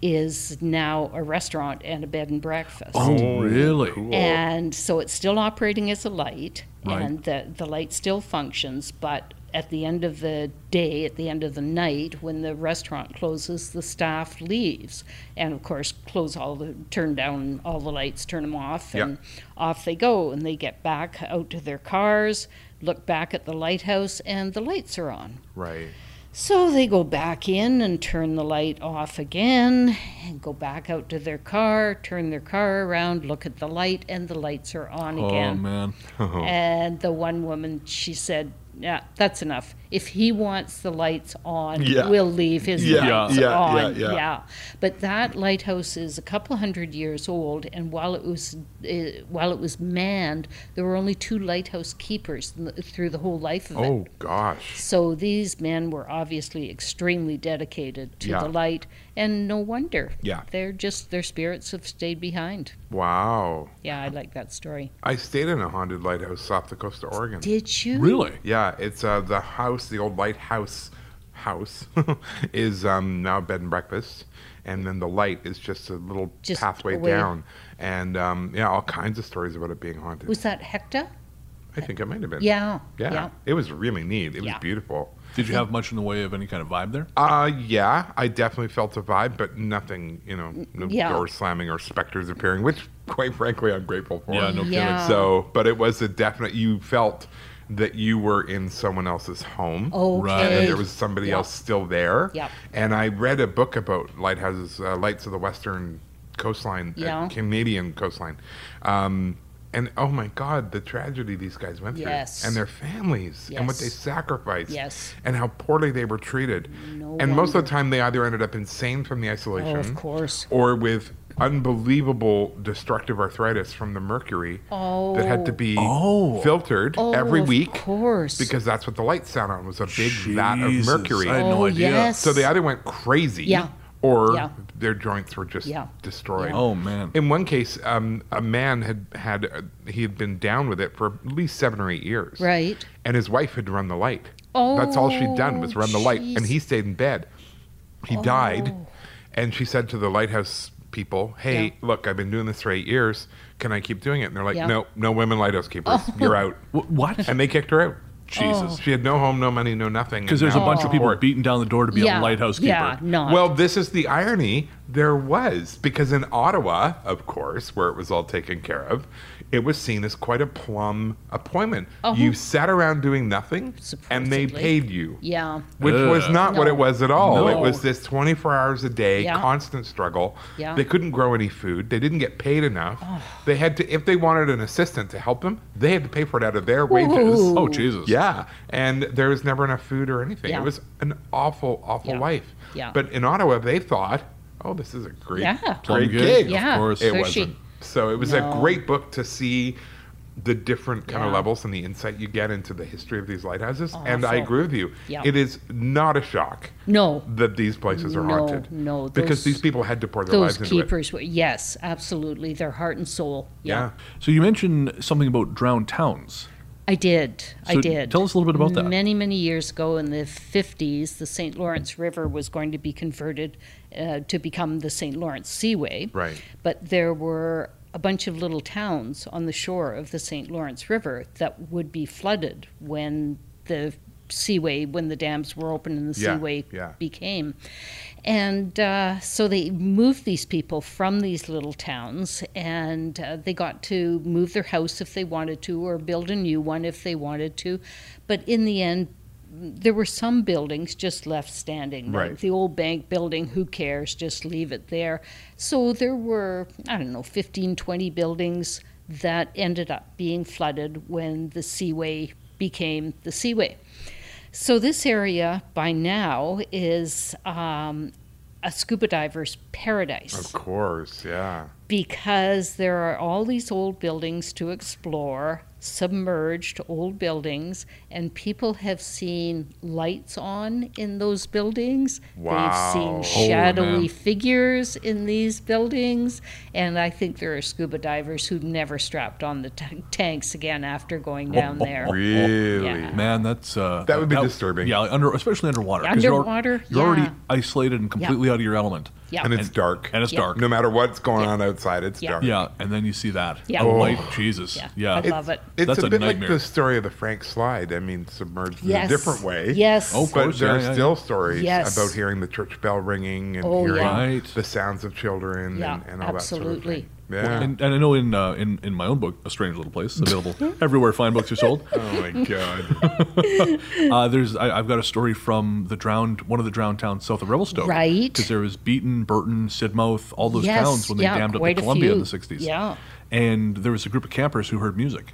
[SPEAKER 3] is now a restaurant and a bed and breakfast.
[SPEAKER 1] Oh, really?
[SPEAKER 3] And so it's still operating as a light,
[SPEAKER 1] Right.
[SPEAKER 3] and the, the light still functions, but at the end of the day, at the end of the night, when the restaurant closes, the staff leaves. And of course, close all the, turn down all the lights, turn them off,
[SPEAKER 2] Yeah.
[SPEAKER 3] and off they go. And they get back out to their cars, look back at the lighthouse, and the lights are on.
[SPEAKER 2] Right.
[SPEAKER 3] So they go back in and turn the light off again, and go back out to their car, turn their car around, look at the light, and the lights are on
[SPEAKER 1] Oh
[SPEAKER 3] again.
[SPEAKER 1] man,
[SPEAKER 2] Uh-huh.
[SPEAKER 3] And the one woman, she said, Yeah, that's enough. if he wants the lights on,
[SPEAKER 2] Yeah.
[SPEAKER 3] we'll leave his
[SPEAKER 2] Yeah,
[SPEAKER 3] lights
[SPEAKER 2] yeah, yeah,
[SPEAKER 3] on.
[SPEAKER 2] yeah.
[SPEAKER 3] But that lighthouse is a couple hundred years old, and while it was uh, while it was manned, there were only two lighthouse keepers n- through the whole life of it.
[SPEAKER 2] Oh gosh.
[SPEAKER 3] So these men were obviously extremely dedicated to
[SPEAKER 2] Yeah.
[SPEAKER 3] the light, and no wonder.
[SPEAKER 2] Yeah.
[SPEAKER 3] they're just their spirits have stayed behind.
[SPEAKER 2] Wow.
[SPEAKER 3] Yeah, I like that story.
[SPEAKER 2] I stayed in a haunted lighthouse off the coast of Oregon.
[SPEAKER 3] Did you
[SPEAKER 1] Really?
[SPEAKER 2] Yeah, it's uh, the house, the old lighthouse house, is um, now bed and breakfast, and then the light is just a little
[SPEAKER 3] Just
[SPEAKER 2] pathway
[SPEAKER 3] away.
[SPEAKER 2] down, and um, yeah, all kinds of stories about it being haunted.
[SPEAKER 3] Was that Hector?
[SPEAKER 2] I think it might have been.
[SPEAKER 3] Yeah.
[SPEAKER 2] yeah, It was really neat. It
[SPEAKER 3] Yeah.
[SPEAKER 2] was beautiful.
[SPEAKER 1] Did you have much in the way of any kind of vibe there?
[SPEAKER 2] Uh, yeah, I definitely felt a vibe, but nothing, you know, no
[SPEAKER 3] Yeah.
[SPEAKER 2] door slamming or specters appearing, which, quite frankly, I'm grateful for.
[SPEAKER 1] Yeah, no kidding.
[SPEAKER 3] Yeah.
[SPEAKER 2] So, but it was a definite. You felt that you were in someone else's home.
[SPEAKER 3] Okay.
[SPEAKER 1] Right.
[SPEAKER 2] and there was somebody
[SPEAKER 3] Yeah.
[SPEAKER 2] else still there.
[SPEAKER 3] Yep.
[SPEAKER 2] And I read a book about lighthouses, uh, lights of the western coastline, uh,
[SPEAKER 3] Yeah.
[SPEAKER 2] Canadian coastline. Um, and oh my God, the tragedy these guys went
[SPEAKER 3] Yes.
[SPEAKER 2] through, and their families, and what
[SPEAKER 3] Yes.
[SPEAKER 2] they sacrificed,
[SPEAKER 3] Yes.
[SPEAKER 2] and how poorly they were treated.
[SPEAKER 3] No
[SPEAKER 2] and most of
[SPEAKER 3] wonder.
[SPEAKER 2] the time, they either ended up insane from the isolation,
[SPEAKER 3] Oh, of course.
[SPEAKER 2] or with unbelievable destructive arthritis from the mercury that had to
[SPEAKER 3] Oh.
[SPEAKER 2] be
[SPEAKER 1] Oh.
[SPEAKER 2] filtered
[SPEAKER 3] Oh,
[SPEAKER 2] every
[SPEAKER 3] of
[SPEAKER 2] wevat
[SPEAKER 3] course.
[SPEAKER 2] because that's what the lights sound on was a big vat of
[SPEAKER 1] Jesus,
[SPEAKER 2] mercury.
[SPEAKER 1] I had no
[SPEAKER 3] Oh,
[SPEAKER 1] idea.
[SPEAKER 3] yes.
[SPEAKER 2] So they either went crazy
[SPEAKER 3] Yeah.
[SPEAKER 2] or
[SPEAKER 3] Yeah.
[SPEAKER 2] their joints were just
[SPEAKER 3] Yeah.
[SPEAKER 2] destroyed.
[SPEAKER 3] Yeah.
[SPEAKER 1] Oh man.
[SPEAKER 2] In one case, um, a man had had uh, he had been down with it for at least seven or eight years,
[SPEAKER 3] Right.
[SPEAKER 2] And his wife had run the light. that's all she'd done was
[SPEAKER 3] Oh,
[SPEAKER 2] run the light,
[SPEAKER 3] jeez. Oh.
[SPEAKER 2] and he stayed in bed. He died, and she said to the lighthouse people, "Hey,
[SPEAKER 3] Yeah.
[SPEAKER 2] look, I've been doing this for eight years. Can I keep doing it?" And they're like,
[SPEAKER 3] Yeah. Oh.
[SPEAKER 2] "No, no women lighthouse keepers. You're out."
[SPEAKER 1] Wh- what?
[SPEAKER 2] And they kicked her out.
[SPEAKER 1] Jesus.
[SPEAKER 2] She had no home, no money, no nothing.
[SPEAKER 1] Because
[SPEAKER 2] and
[SPEAKER 1] there's a
[SPEAKER 2] now
[SPEAKER 1] bunch of people
[SPEAKER 2] support.
[SPEAKER 1] beating down the door to be
[SPEAKER 3] yeah.
[SPEAKER 1] a lighthouse keeper.
[SPEAKER 3] Yeah, not.
[SPEAKER 2] Well, this is the irony. There was, because in Ottawa, of course, where it was all taken care of, it was seen as quite a plum appointment.
[SPEAKER 3] Uh-huh.
[SPEAKER 2] You sat around doing nothing, and they
[SPEAKER 3] Supposedly.
[SPEAKER 2] paid you.
[SPEAKER 3] yeah.
[SPEAKER 2] Which was
[SPEAKER 1] Ugh.
[SPEAKER 2] not what
[SPEAKER 3] No.
[SPEAKER 2] it was at all. It
[SPEAKER 1] No.
[SPEAKER 2] was this 24 hours a day,
[SPEAKER 3] Yeah.
[SPEAKER 2] constant struggle.
[SPEAKER 3] Yeah.
[SPEAKER 2] They couldn't grow any food. They didn't get paid enough. They had to, if they wanted an assistant to help them, they had to pay for it out of their wages.
[SPEAKER 3] Whoa.
[SPEAKER 1] Oh Jesus.
[SPEAKER 2] Yeah, and there was never enough food or anything.
[SPEAKER 3] Yeah.
[SPEAKER 2] It was an awful, awful
[SPEAKER 3] Yeah.
[SPEAKER 2] life.
[SPEAKER 3] Yeah.
[SPEAKER 2] But in Ottawa, they thought, "Oh, this is a great,
[SPEAKER 3] Yeah. Plum
[SPEAKER 2] great
[SPEAKER 1] gig,
[SPEAKER 2] gig."
[SPEAKER 1] of
[SPEAKER 3] Yeah,
[SPEAKER 1] course.
[SPEAKER 2] it
[SPEAKER 3] so
[SPEAKER 2] wasn't.
[SPEAKER 3] she-
[SPEAKER 2] So it was
[SPEAKER 3] No.
[SPEAKER 2] a great book to see the different kind of
[SPEAKER 3] Yeah.
[SPEAKER 2] levels and the insight you get into the history of these lighthouses. And I
[SPEAKER 3] Awful.
[SPEAKER 2] agree with you.
[SPEAKER 3] Yeah.
[SPEAKER 2] It is not a shock
[SPEAKER 3] No.
[SPEAKER 2] that these places are
[SPEAKER 3] No,
[SPEAKER 2] haunted.
[SPEAKER 3] no,
[SPEAKER 2] because
[SPEAKER 3] those-
[SPEAKER 2] these people had to pour their
[SPEAKER 3] Those
[SPEAKER 2] lives into it.
[SPEAKER 3] keepers were yes, absolutely. Their heart and soul.
[SPEAKER 2] Yeah.
[SPEAKER 1] So you mentioned something about drowned towns.
[SPEAKER 3] I did. I
[SPEAKER 1] So
[SPEAKER 3] did.
[SPEAKER 1] tell us a little bit about that.
[SPEAKER 3] Many, many years ago in the 50s, the St. Lawrence River was going to be converted uh, to become the St. Lawrence Seaway.
[SPEAKER 2] Right.
[SPEAKER 3] But there were a bunch of little towns on the shore of the St. Lawrence River that would be flooded when the seaway, when the dams were opened and the
[SPEAKER 2] Yeah,
[SPEAKER 3] seaway
[SPEAKER 2] yeah.
[SPEAKER 3] became. And uh, so they moved these people from these little towns, and uh, they got to move their house if they wanted to, or build a new one if they wanted to. But in the end, there were some buildings just left standing. like
[SPEAKER 2] Right.
[SPEAKER 3] The old bank building, who cares, just leave it there. So there were, I don't know, 15, 20 buildings that ended up being flooded when the seaway became the seaway. So this area by now is um, a scuba diver's paradise
[SPEAKER 2] Of course, yeah.
[SPEAKER 3] because there are all these old buildings to explore, submerged old buildings, and people have seen lights on in those buildings.
[SPEAKER 2] Wow.
[SPEAKER 3] They've seen
[SPEAKER 2] Holy
[SPEAKER 3] shadowy
[SPEAKER 1] man.
[SPEAKER 3] figures in these buildings, and I think there are scuba divers who never strapped on the t- tanks again after going
[SPEAKER 2] Oh,
[SPEAKER 3] down there.
[SPEAKER 2] Really.
[SPEAKER 3] Yeah.
[SPEAKER 1] Man, that's uh,
[SPEAKER 2] That would be disturbing.
[SPEAKER 1] Yeah, under especially underwater. 'cause you're-
[SPEAKER 3] Underwater,
[SPEAKER 1] You're, already
[SPEAKER 3] yeah.
[SPEAKER 1] isolated and completely out of your element.
[SPEAKER 3] Yeah.
[SPEAKER 2] And it's dark.
[SPEAKER 1] And it's
[SPEAKER 3] Yeah.
[SPEAKER 1] dark.
[SPEAKER 2] no matter what's going on outside, it's
[SPEAKER 3] Yeah.
[SPEAKER 2] dark.
[SPEAKER 1] Yeah, and then you see that.
[SPEAKER 3] Yeah.
[SPEAKER 1] The
[SPEAKER 3] Oh.
[SPEAKER 1] light, Jesus.
[SPEAKER 3] Yeah.
[SPEAKER 1] Yeah.
[SPEAKER 3] I love it.
[SPEAKER 2] It's
[SPEAKER 1] That's
[SPEAKER 2] a,
[SPEAKER 1] a
[SPEAKER 2] bit
[SPEAKER 1] nightmare.
[SPEAKER 2] like the story of the Frank Slide. I mean, submerged
[SPEAKER 3] Yes.
[SPEAKER 2] in a different way.
[SPEAKER 3] Yes.
[SPEAKER 1] Oh,
[SPEAKER 2] But
[SPEAKER 1] course,
[SPEAKER 2] there
[SPEAKER 1] yeah,
[SPEAKER 2] are
[SPEAKER 1] yeah,
[SPEAKER 2] still stories
[SPEAKER 3] Yes.
[SPEAKER 2] about hearing the church bell ringing and
[SPEAKER 3] Oh,
[SPEAKER 2] hearing
[SPEAKER 3] yeah.
[SPEAKER 1] Right.
[SPEAKER 2] the sounds of children
[SPEAKER 3] Yeah,
[SPEAKER 2] and, and all
[SPEAKER 3] absolutely.
[SPEAKER 2] that sort of thing.
[SPEAKER 1] And, and I know in, uh, in in my own book, A Strange Little Place, available everywhere fine books are sold.
[SPEAKER 2] Yeah. oh my god.
[SPEAKER 1] Uh, there's I, I've got a story from the drowned one of the drowned towns south of Revelstoke,
[SPEAKER 3] Right.
[SPEAKER 1] Because there was Beaton, Burton, Sidmouth, all those
[SPEAKER 3] Yes,
[SPEAKER 1] towns when they
[SPEAKER 3] yeah,
[SPEAKER 1] dammed up the
[SPEAKER 3] quite a
[SPEAKER 1] Columbia in
[SPEAKER 3] few.
[SPEAKER 1] the '60s.
[SPEAKER 3] Yeah.
[SPEAKER 1] and there was a group of campers who heard music.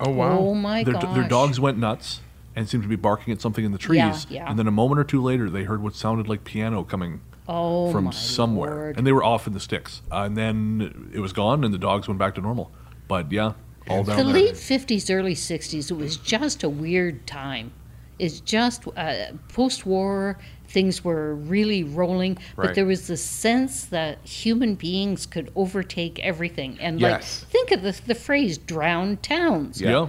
[SPEAKER 2] Oh wow.
[SPEAKER 3] Oh my
[SPEAKER 1] their,
[SPEAKER 3] gosh.
[SPEAKER 1] their dogs went nuts. and seemed to be barking at something in the trees.
[SPEAKER 3] yeah.
[SPEAKER 1] And then a moment or two later, they heard what sounded like piano coming
[SPEAKER 3] Oh,
[SPEAKER 1] from
[SPEAKER 3] my
[SPEAKER 1] somewhere,
[SPEAKER 3] Lord.
[SPEAKER 1] and they were off in the sticks. and then it was gone, and the dogs went back to normal. But yeah, all down
[SPEAKER 3] the
[SPEAKER 1] there.
[SPEAKER 3] late 50s, early 60s, it was just a weird time. It's just uh, post war, things were really rolling,
[SPEAKER 2] Right.
[SPEAKER 3] but there was this sense that human beings could overtake everything. And,
[SPEAKER 2] Yes.
[SPEAKER 3] like, think of the, the phrase drowned towns.
[SPEAKER 1] yeah,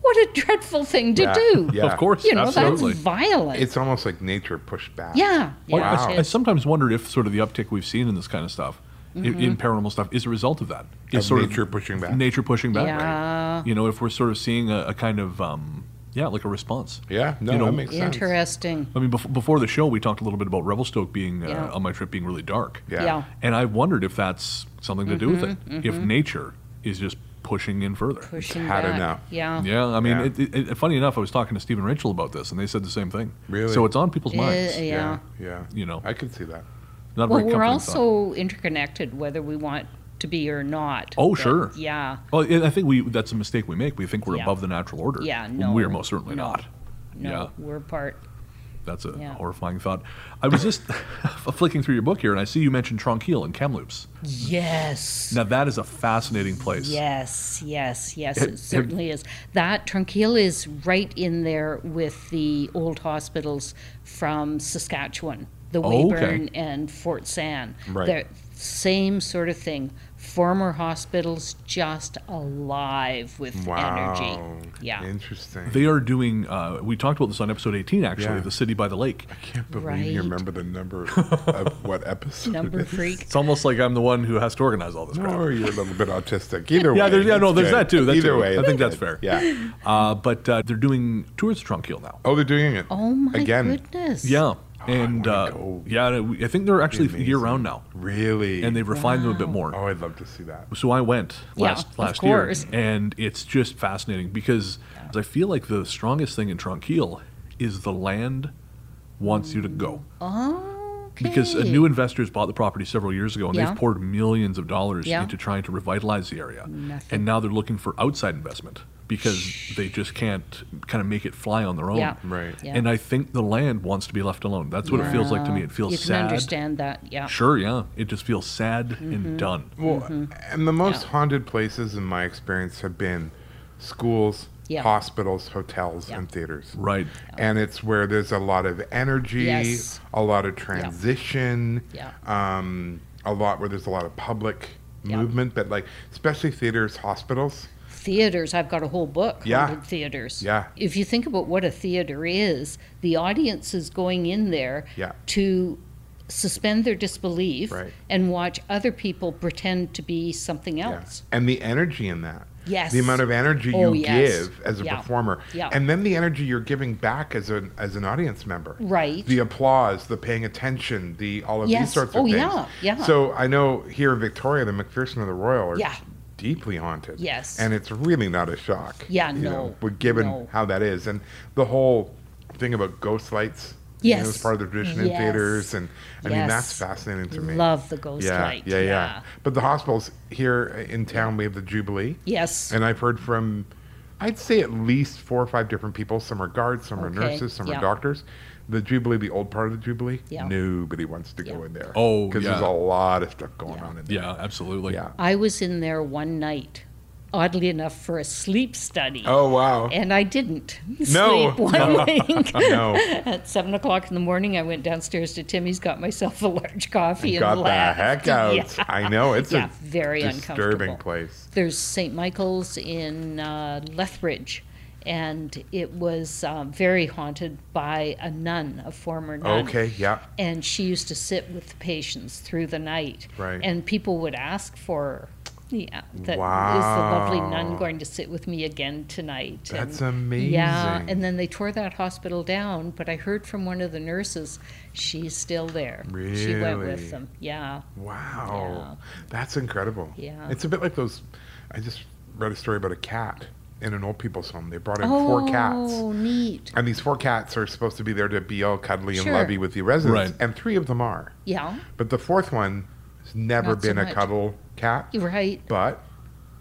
[SPEAKER 3] What a dreadful thing to
[SPEAKER 2] Yeah.
[SPEAKER 3] do.
[SPEAKER 2] Yeah.
[SPEAKER 1] of course,
[SPEAKER 3] You know,
[SPEAKER 1] absolutely.
[SPEAKER 3] that's violent.
[SPEAKER 2] It's almost like nature pushed back.
[SPEAKER 3] yeah. yeah
[SPEAKER 1] Well, I,
[SPEAKER 2] Wow.
[SPEAKER 1] I sometimes wonder if sort of the uptick we've seen in this kind of stuff, i- in,
[SPEAKER 3] Mm-hmm.
[SPEAKER 1] paranormal stuff, is a result of that. Is
[SPEAKER 2] Of
[SPEAKER 1] sort
[SPEAKER 2] nature pushing back.
[SPEAKER 1] Nature pushing back.
[SPEAKER 3] Yeah.
[SPEAKER 1] You know, if we're sort of seeing a, a kind of, um, yeah, like a response.
[SPEAKER 2] Yeah, no,
[SPEAKER 1] You know,
[SPEAKER 2] that makes sense.
[SPEAKER 3] Interesting.
[SPEAKER 1] I mean, bef- before the show, we talked a little bit about Revelstoke being uh,
[SPEAKER 3] Yeah.
[SPEAKER 1] on my trip being really dark.
[SPEAKER 2] Yeah.
[SPEAKER 3] yeah.
[SPEAKER 1] And I wondered if that's something to do with it.
[SPEAKER 3] Mm-hmm,
[SPEAKER 1] If nature is just pushing in further.
[SPEAKER 3] Pushing
[SPEAKER 2] Had
[SPEAKER 3] back.
[SPEAKER 2] enough.
[SPEAKER 3] Yeah.
[SPEAKER 1] Yeah, I mean,
[SPEAKER 2] Yeah.
[SPEAKER 1] It, it, it- funny enough, I was talking to Steve and Rachel about this, and they said the same thing.
[SPEAKER 2] Really?
[SPEAKER 1] So it's on people's minds.
[SPEAKER 3] Uh, yeah.
[SPEAKER 2] Yeah.
[SPEAKER 1] You know.
[SPEAKER 2] I could see that.
[SPEAKER 1] Not a
[SPEAKER 3] Well,
[SPEAKER 1] very
[SPEAKER 3] we're
[SPEAKER 1] comforting thought.
[SPEAKER 3] also interconnected, whether we want to be or not.
[SPEAKER 1] Oh,
[SPEAKER 3] But,
[SPEAKER 1] sure.
[SPEAKER 3] Yeah.
[SPEAKER 1] Well, I I think we—that's a mistake we make. We think we're
[SPEAKER 3] Yeah.
[SPEAKER 1] above the natural order.
[SPEAKER 3] Yeah,
[SPEAKER 1] When
[SPEAKER 3] no,
[SPEAKER 1] we are most certainly
[SPEAKER 3] no,
[SPEAKER 1] not.
[SPEAKER 3] No,
[SPEAKER 1] Yeah,
[SPEAKER 3] we're part.
[SPEAKER 1] that's a
[SPEAKER 3] Yeah.
[SPEAKER 1] horrifying thought. I was just flicking through your book here, and I see you mentioned Tronquil and Kamloops.
[SPEAKER 3] Yes.
[SPEAKER 1] Now that is a fascinating place.
[SPEAKER 3] Yes, yes, yes, it certainly is. That Tranquil is right in there with the old hospitals from Saskatchewan, the
[SPEAKER 1] Oh, okay.
[SPEAKER 3] Weyburn and Fort San.
[SPEAKER 2] Right.
[SPEAKER 3] They're same sort of thing. Former hospitals just alive with
[SPEAKER 2] Wow.
[SPEAKER 3] energy. Yeah.
[SPEAKER 2] Interesting.
[SPEAKER 1] They are doing. Uh, we talked about this on episode 18, actually,
[SPEAKER 2] Yeah.
[SPEAKER 1] the city by the lake.
[SPEAKER 2] I can't believe
[SPEAKER 3] Right.
[SPEAKER 2] you remember the number of what episode.
[SPEAKER 3] Number
[SPEAKER 2] it is.
[SPEAKER 3] freak.
[SPEAKER 1] It's almost like I'm the one who has to organize all this. crap.
[SPEAKER 2] Or you're a little bit autistic. Either
[SPEAKER 1] Yeah,
[SPEAKER 2] way.
[SPEAKER 1] there's, yeah, no,
[SPEAKER 2] it's
[SPEAKER 1] there's
[SPEAKER 2] good.
[SPEAKER 1] that too. That's
[SPEAKER 2] Either
[SPEAKER 1] it.
[SPEAKER 2] way.
[SPEAKER 1] I
[SPEAKER 2] it's
[SPEAKER 1] think that's fair.
[SPEAKER 2] good. Yeah.
[SPEAKER 1] Uh, but uh, they're doing tours of Trunk Hill now.
[SPEAKER 2] Oh, they're doing it.
[SPEAKER 3] Oh my
[SPEAKER 2] Again.
[SPEAKER 3] goodness.
[SPEAKER 1] Yeah, and
[SPEAKER 2] Oh, wanna
[SPEAKER 1] uh,
[SPEAKER 2] go.
[SPEAKER 1] yeah, I think they're actually
[SPEAKER 2] Amazing.
[SPEAKER 1] year round now,
[SPEAKER 2] Really?
[SPEAKER 1] and they've refined them a bit more.
[SPEAKER 2] oh, I'd love to see that.
[SPEAKER 1] So I went
[SPEAKER 3] Yeah,
[SPEAKER 1] last
[SPEAKER 3] of
[SPEAKER 1] last
[SPEAKER 3] course.
[SPEAKER 1] year, and it's just fascinating because I feel like the strongest thing in Tronquil is the land wants you to go
[SPEAKER 3] Okay.
[SPEAKER 1] because uh, new investors bought the property several years ago and
[SPEAKER 3] Yeah.
[SPEAKER 1] they've poured millions of dollars
[SPEAKER 3] Yeah.
[SPEAKER 1] into trying to revitalize the area
[SPEAKER 3] Nothing.
[SPEAKER 1] and now they're looking for outside investment because they just can't kind of make it fly on their own
[SPEAKER 3] Yeah.
[SPEAKER 2] Right.
[SPEAKER 3] Yeah.
[SPEAKER 1] and i think the land wants to be left alone that's what it feels like to me it feels
[SPEAKER 3] you can
[SPEAKER 1] sad
[SPEAKER 3] understand Mm-hmm. that. Yeah.
[SPEAKER 1] sure yeah it just feels sad and done
[SPEAKER 2] Well, and the most
[SPEAKER 3] Yeah.
[SPEAKER 2] haunted places in my experience have been schools,
[SPEAKER 3] Yeah.
[SPEAKER 2] hospitals, hotels,
[SPEAKER 3] Yeah.
[SPEAKER 2] and theaters.
[SPEAKER 1] right
[SPEAKER 2] And it's where there's a lot of energy,
[SPEAKER 3] Yes.
[SPEAKER 2] a lot of transition,
[SPEAKER 3] Yeah.
[SPEAKER 2] um, a lot where there's a lot of public
[SPEAKER 3] Yeah.
[SPEAKER 2] movement, but like especially theaters, hospitals.
[SPEAKER 3] theaters i've got a whole book
[SPEAKER 2] Yeah.
[SPEAKER 3] haunted theaters
[SPEAKER 2] Yeah.
[SPEAKER 3] if you think about what a theater is the audience is going in there
[SPEAKER 2] Yeah.
[SPEAKER 3] to suspend their disbelief
[SPEAKER 2] Right.
[SPEAKER 3] and watch other people pretend to be something
[SPEAKER 2] Yeah.
[SPEAKER 3] else
[SPEAKER 2] And the energy in that.
[SPEAKER 3] Oh, Yes.
[SPEAKER 2] The amount of energy
[SPEAKER 3] Oh,
[SPEAKER 2] you
[SPEAKER 3] yes.
[SPEAKER 2] give as a
[SPEAKER 3] Yeah.
[SPEAKER 2] performer.
[SPEAKER 3] Yeah.
[SPEAKER 2] And then the energy you're giving back as an as an audience member.
[SPEAKER 3] right
[SPEAKER 2] The applause, the paying attention, the all of
[SPEAKER 3] Yes.
[SPEAKER 2] these sorts of
[SPEAKER 3] Oh,
[SPEAKER 2] things.
[SPEAKER 3] yeah, yeah.
[SPEAKER 2] So I know here in Victoria, the McPherson and the Royal are
[SPEAKER 3] Yeah.
[SPEAKER 2] deeply haunted.
[SPEAKER 3] Yes.
[SPEAKER 2] And it's really not a shock.
[SPEAKER 3] Yeah,
[SPEAKER 2] you
[SPEAKER 3] no,
[SPEAKER 2] know, but given
[SPEAKER 3] no.
[SPEAKER 2] how that is. And the whole thing about ghost lights. you know,
[SPEAKER 3] Yes.
[SPEAKER 2] is part of the tradition
[SPEAKER 3] Yes.
[SPEAKER 2] in theaters. And I mean, that's
[SPEAKER 3] Yes.
[SPEAKER 2] fascinating to me.
[SPEAKER 3] love the ghost
[SPEAKER 2] yeah,
[SPEAKER 3] light
[SPEAKER 2] yeah, yeah, But the hospitals here in town, we have the Jubilee.
[SPEAKER 3] yes
[SPEAKER 2] And I've heard from, I'd say at least four or five different people. Some are guards, some are
[SPEAKER 3] Okay,
[SPEAKER 2] nurses, some
[SPEAKER 3] yeah.
[SPEAKER 2] are doctors. The Jubilee, the old part of the Jubilee,
[SPEAKER 3] Yeah.
[SPEAKER 2] nobody wants to go
[SPEAKER 3] Yeah.
[SPEAKER 2] in there.
[SPEAKER 1] Oh,
[SPEAKER 2] because
[SPEAKER 1] yeah.
[SPEAKER 2] there's a lot of stuff going on in there.
[SPEAKER 1] yeah absolutely
[SPEAKER 2] Yeah.
[SPEAKER 3] i was in there one night oddly enough for a sleep study
[SPEAKER 2] Oh wow.
[SPEAKER 3] and i didn't
[SPEAKER 2] No.
[SPEAKER 3] sleep one wink
[SPEAKER 2] no.
[SPEAKER 3] At seven o'clock in the morning, I went downstairs to Timmy's, got myself a large coffee, and
[SPEAKER 2] Got the
[SPEAKER 3] laughed.
[SPEAKER 2] heck out.
[SPEAKER 3] Yeah.
[SPEAKER 2] I know it's
[SPEAKER 3] Yeah,
[SPEAKER 2] a
[SPEAKER 3] very uncomfortable.
[SPEAKER 2] disturbing place.
[SPEAKER 3] There's St. Michael's in uh, Lethbridge, and it was um, very haunted by a nun, a former nun.
[SPEAKER 2] Okay, yeah.
[SPEAKER 3] And she used to sit with the patients through the night.
[SPEAKER 2] Right.
[SPEAKER 3] And people would ask for her. Yeah, that is the lovely nun
[SPEAKER 2] Wow.
[SPEAKER 3] going to sit with me again tonight?
[SPEAKER 2] That's
[SPEAKER 3] Yeah,
[SPEAKER 2] amazing.
[SPEAKER 3] and then they tore that hospital down, but I heard from one of the nurses, she's still there. She
[SPEAKER 2] Really?
[SPEAKER 3] went with them. Yeah.
[SPEAKER 2] Wow, that's incredible.
[SPEAKER 3] Yeah.
[SPEAKER 2] it's a bit like those. I just read a story about a cat in an old people's home. They brought in
[SPEAKER 3] oh,
[SPEAKER 2] four cats.
[SPEAKER 3] neat.
[SPEAKER 2] And these four cats are supposed to be there to be all cuddly
[SPEAKER 3] Sure.
[SPEAKER 2] and lovey with the residents,
[SPEAKER 1] Right.
[SPEAKER 2] and three of them are.
[SPEAKER 3] Yeah,
[SPEAKER 2] But the fourth one has never
[SPEAKER 3] Not so
[SPEAKER 2] been a
[SPEAKER 3] much.
[SPEAKER 2] cuddle cat.
[SPEAKER 3] you're right.
[SPEAKER 2] But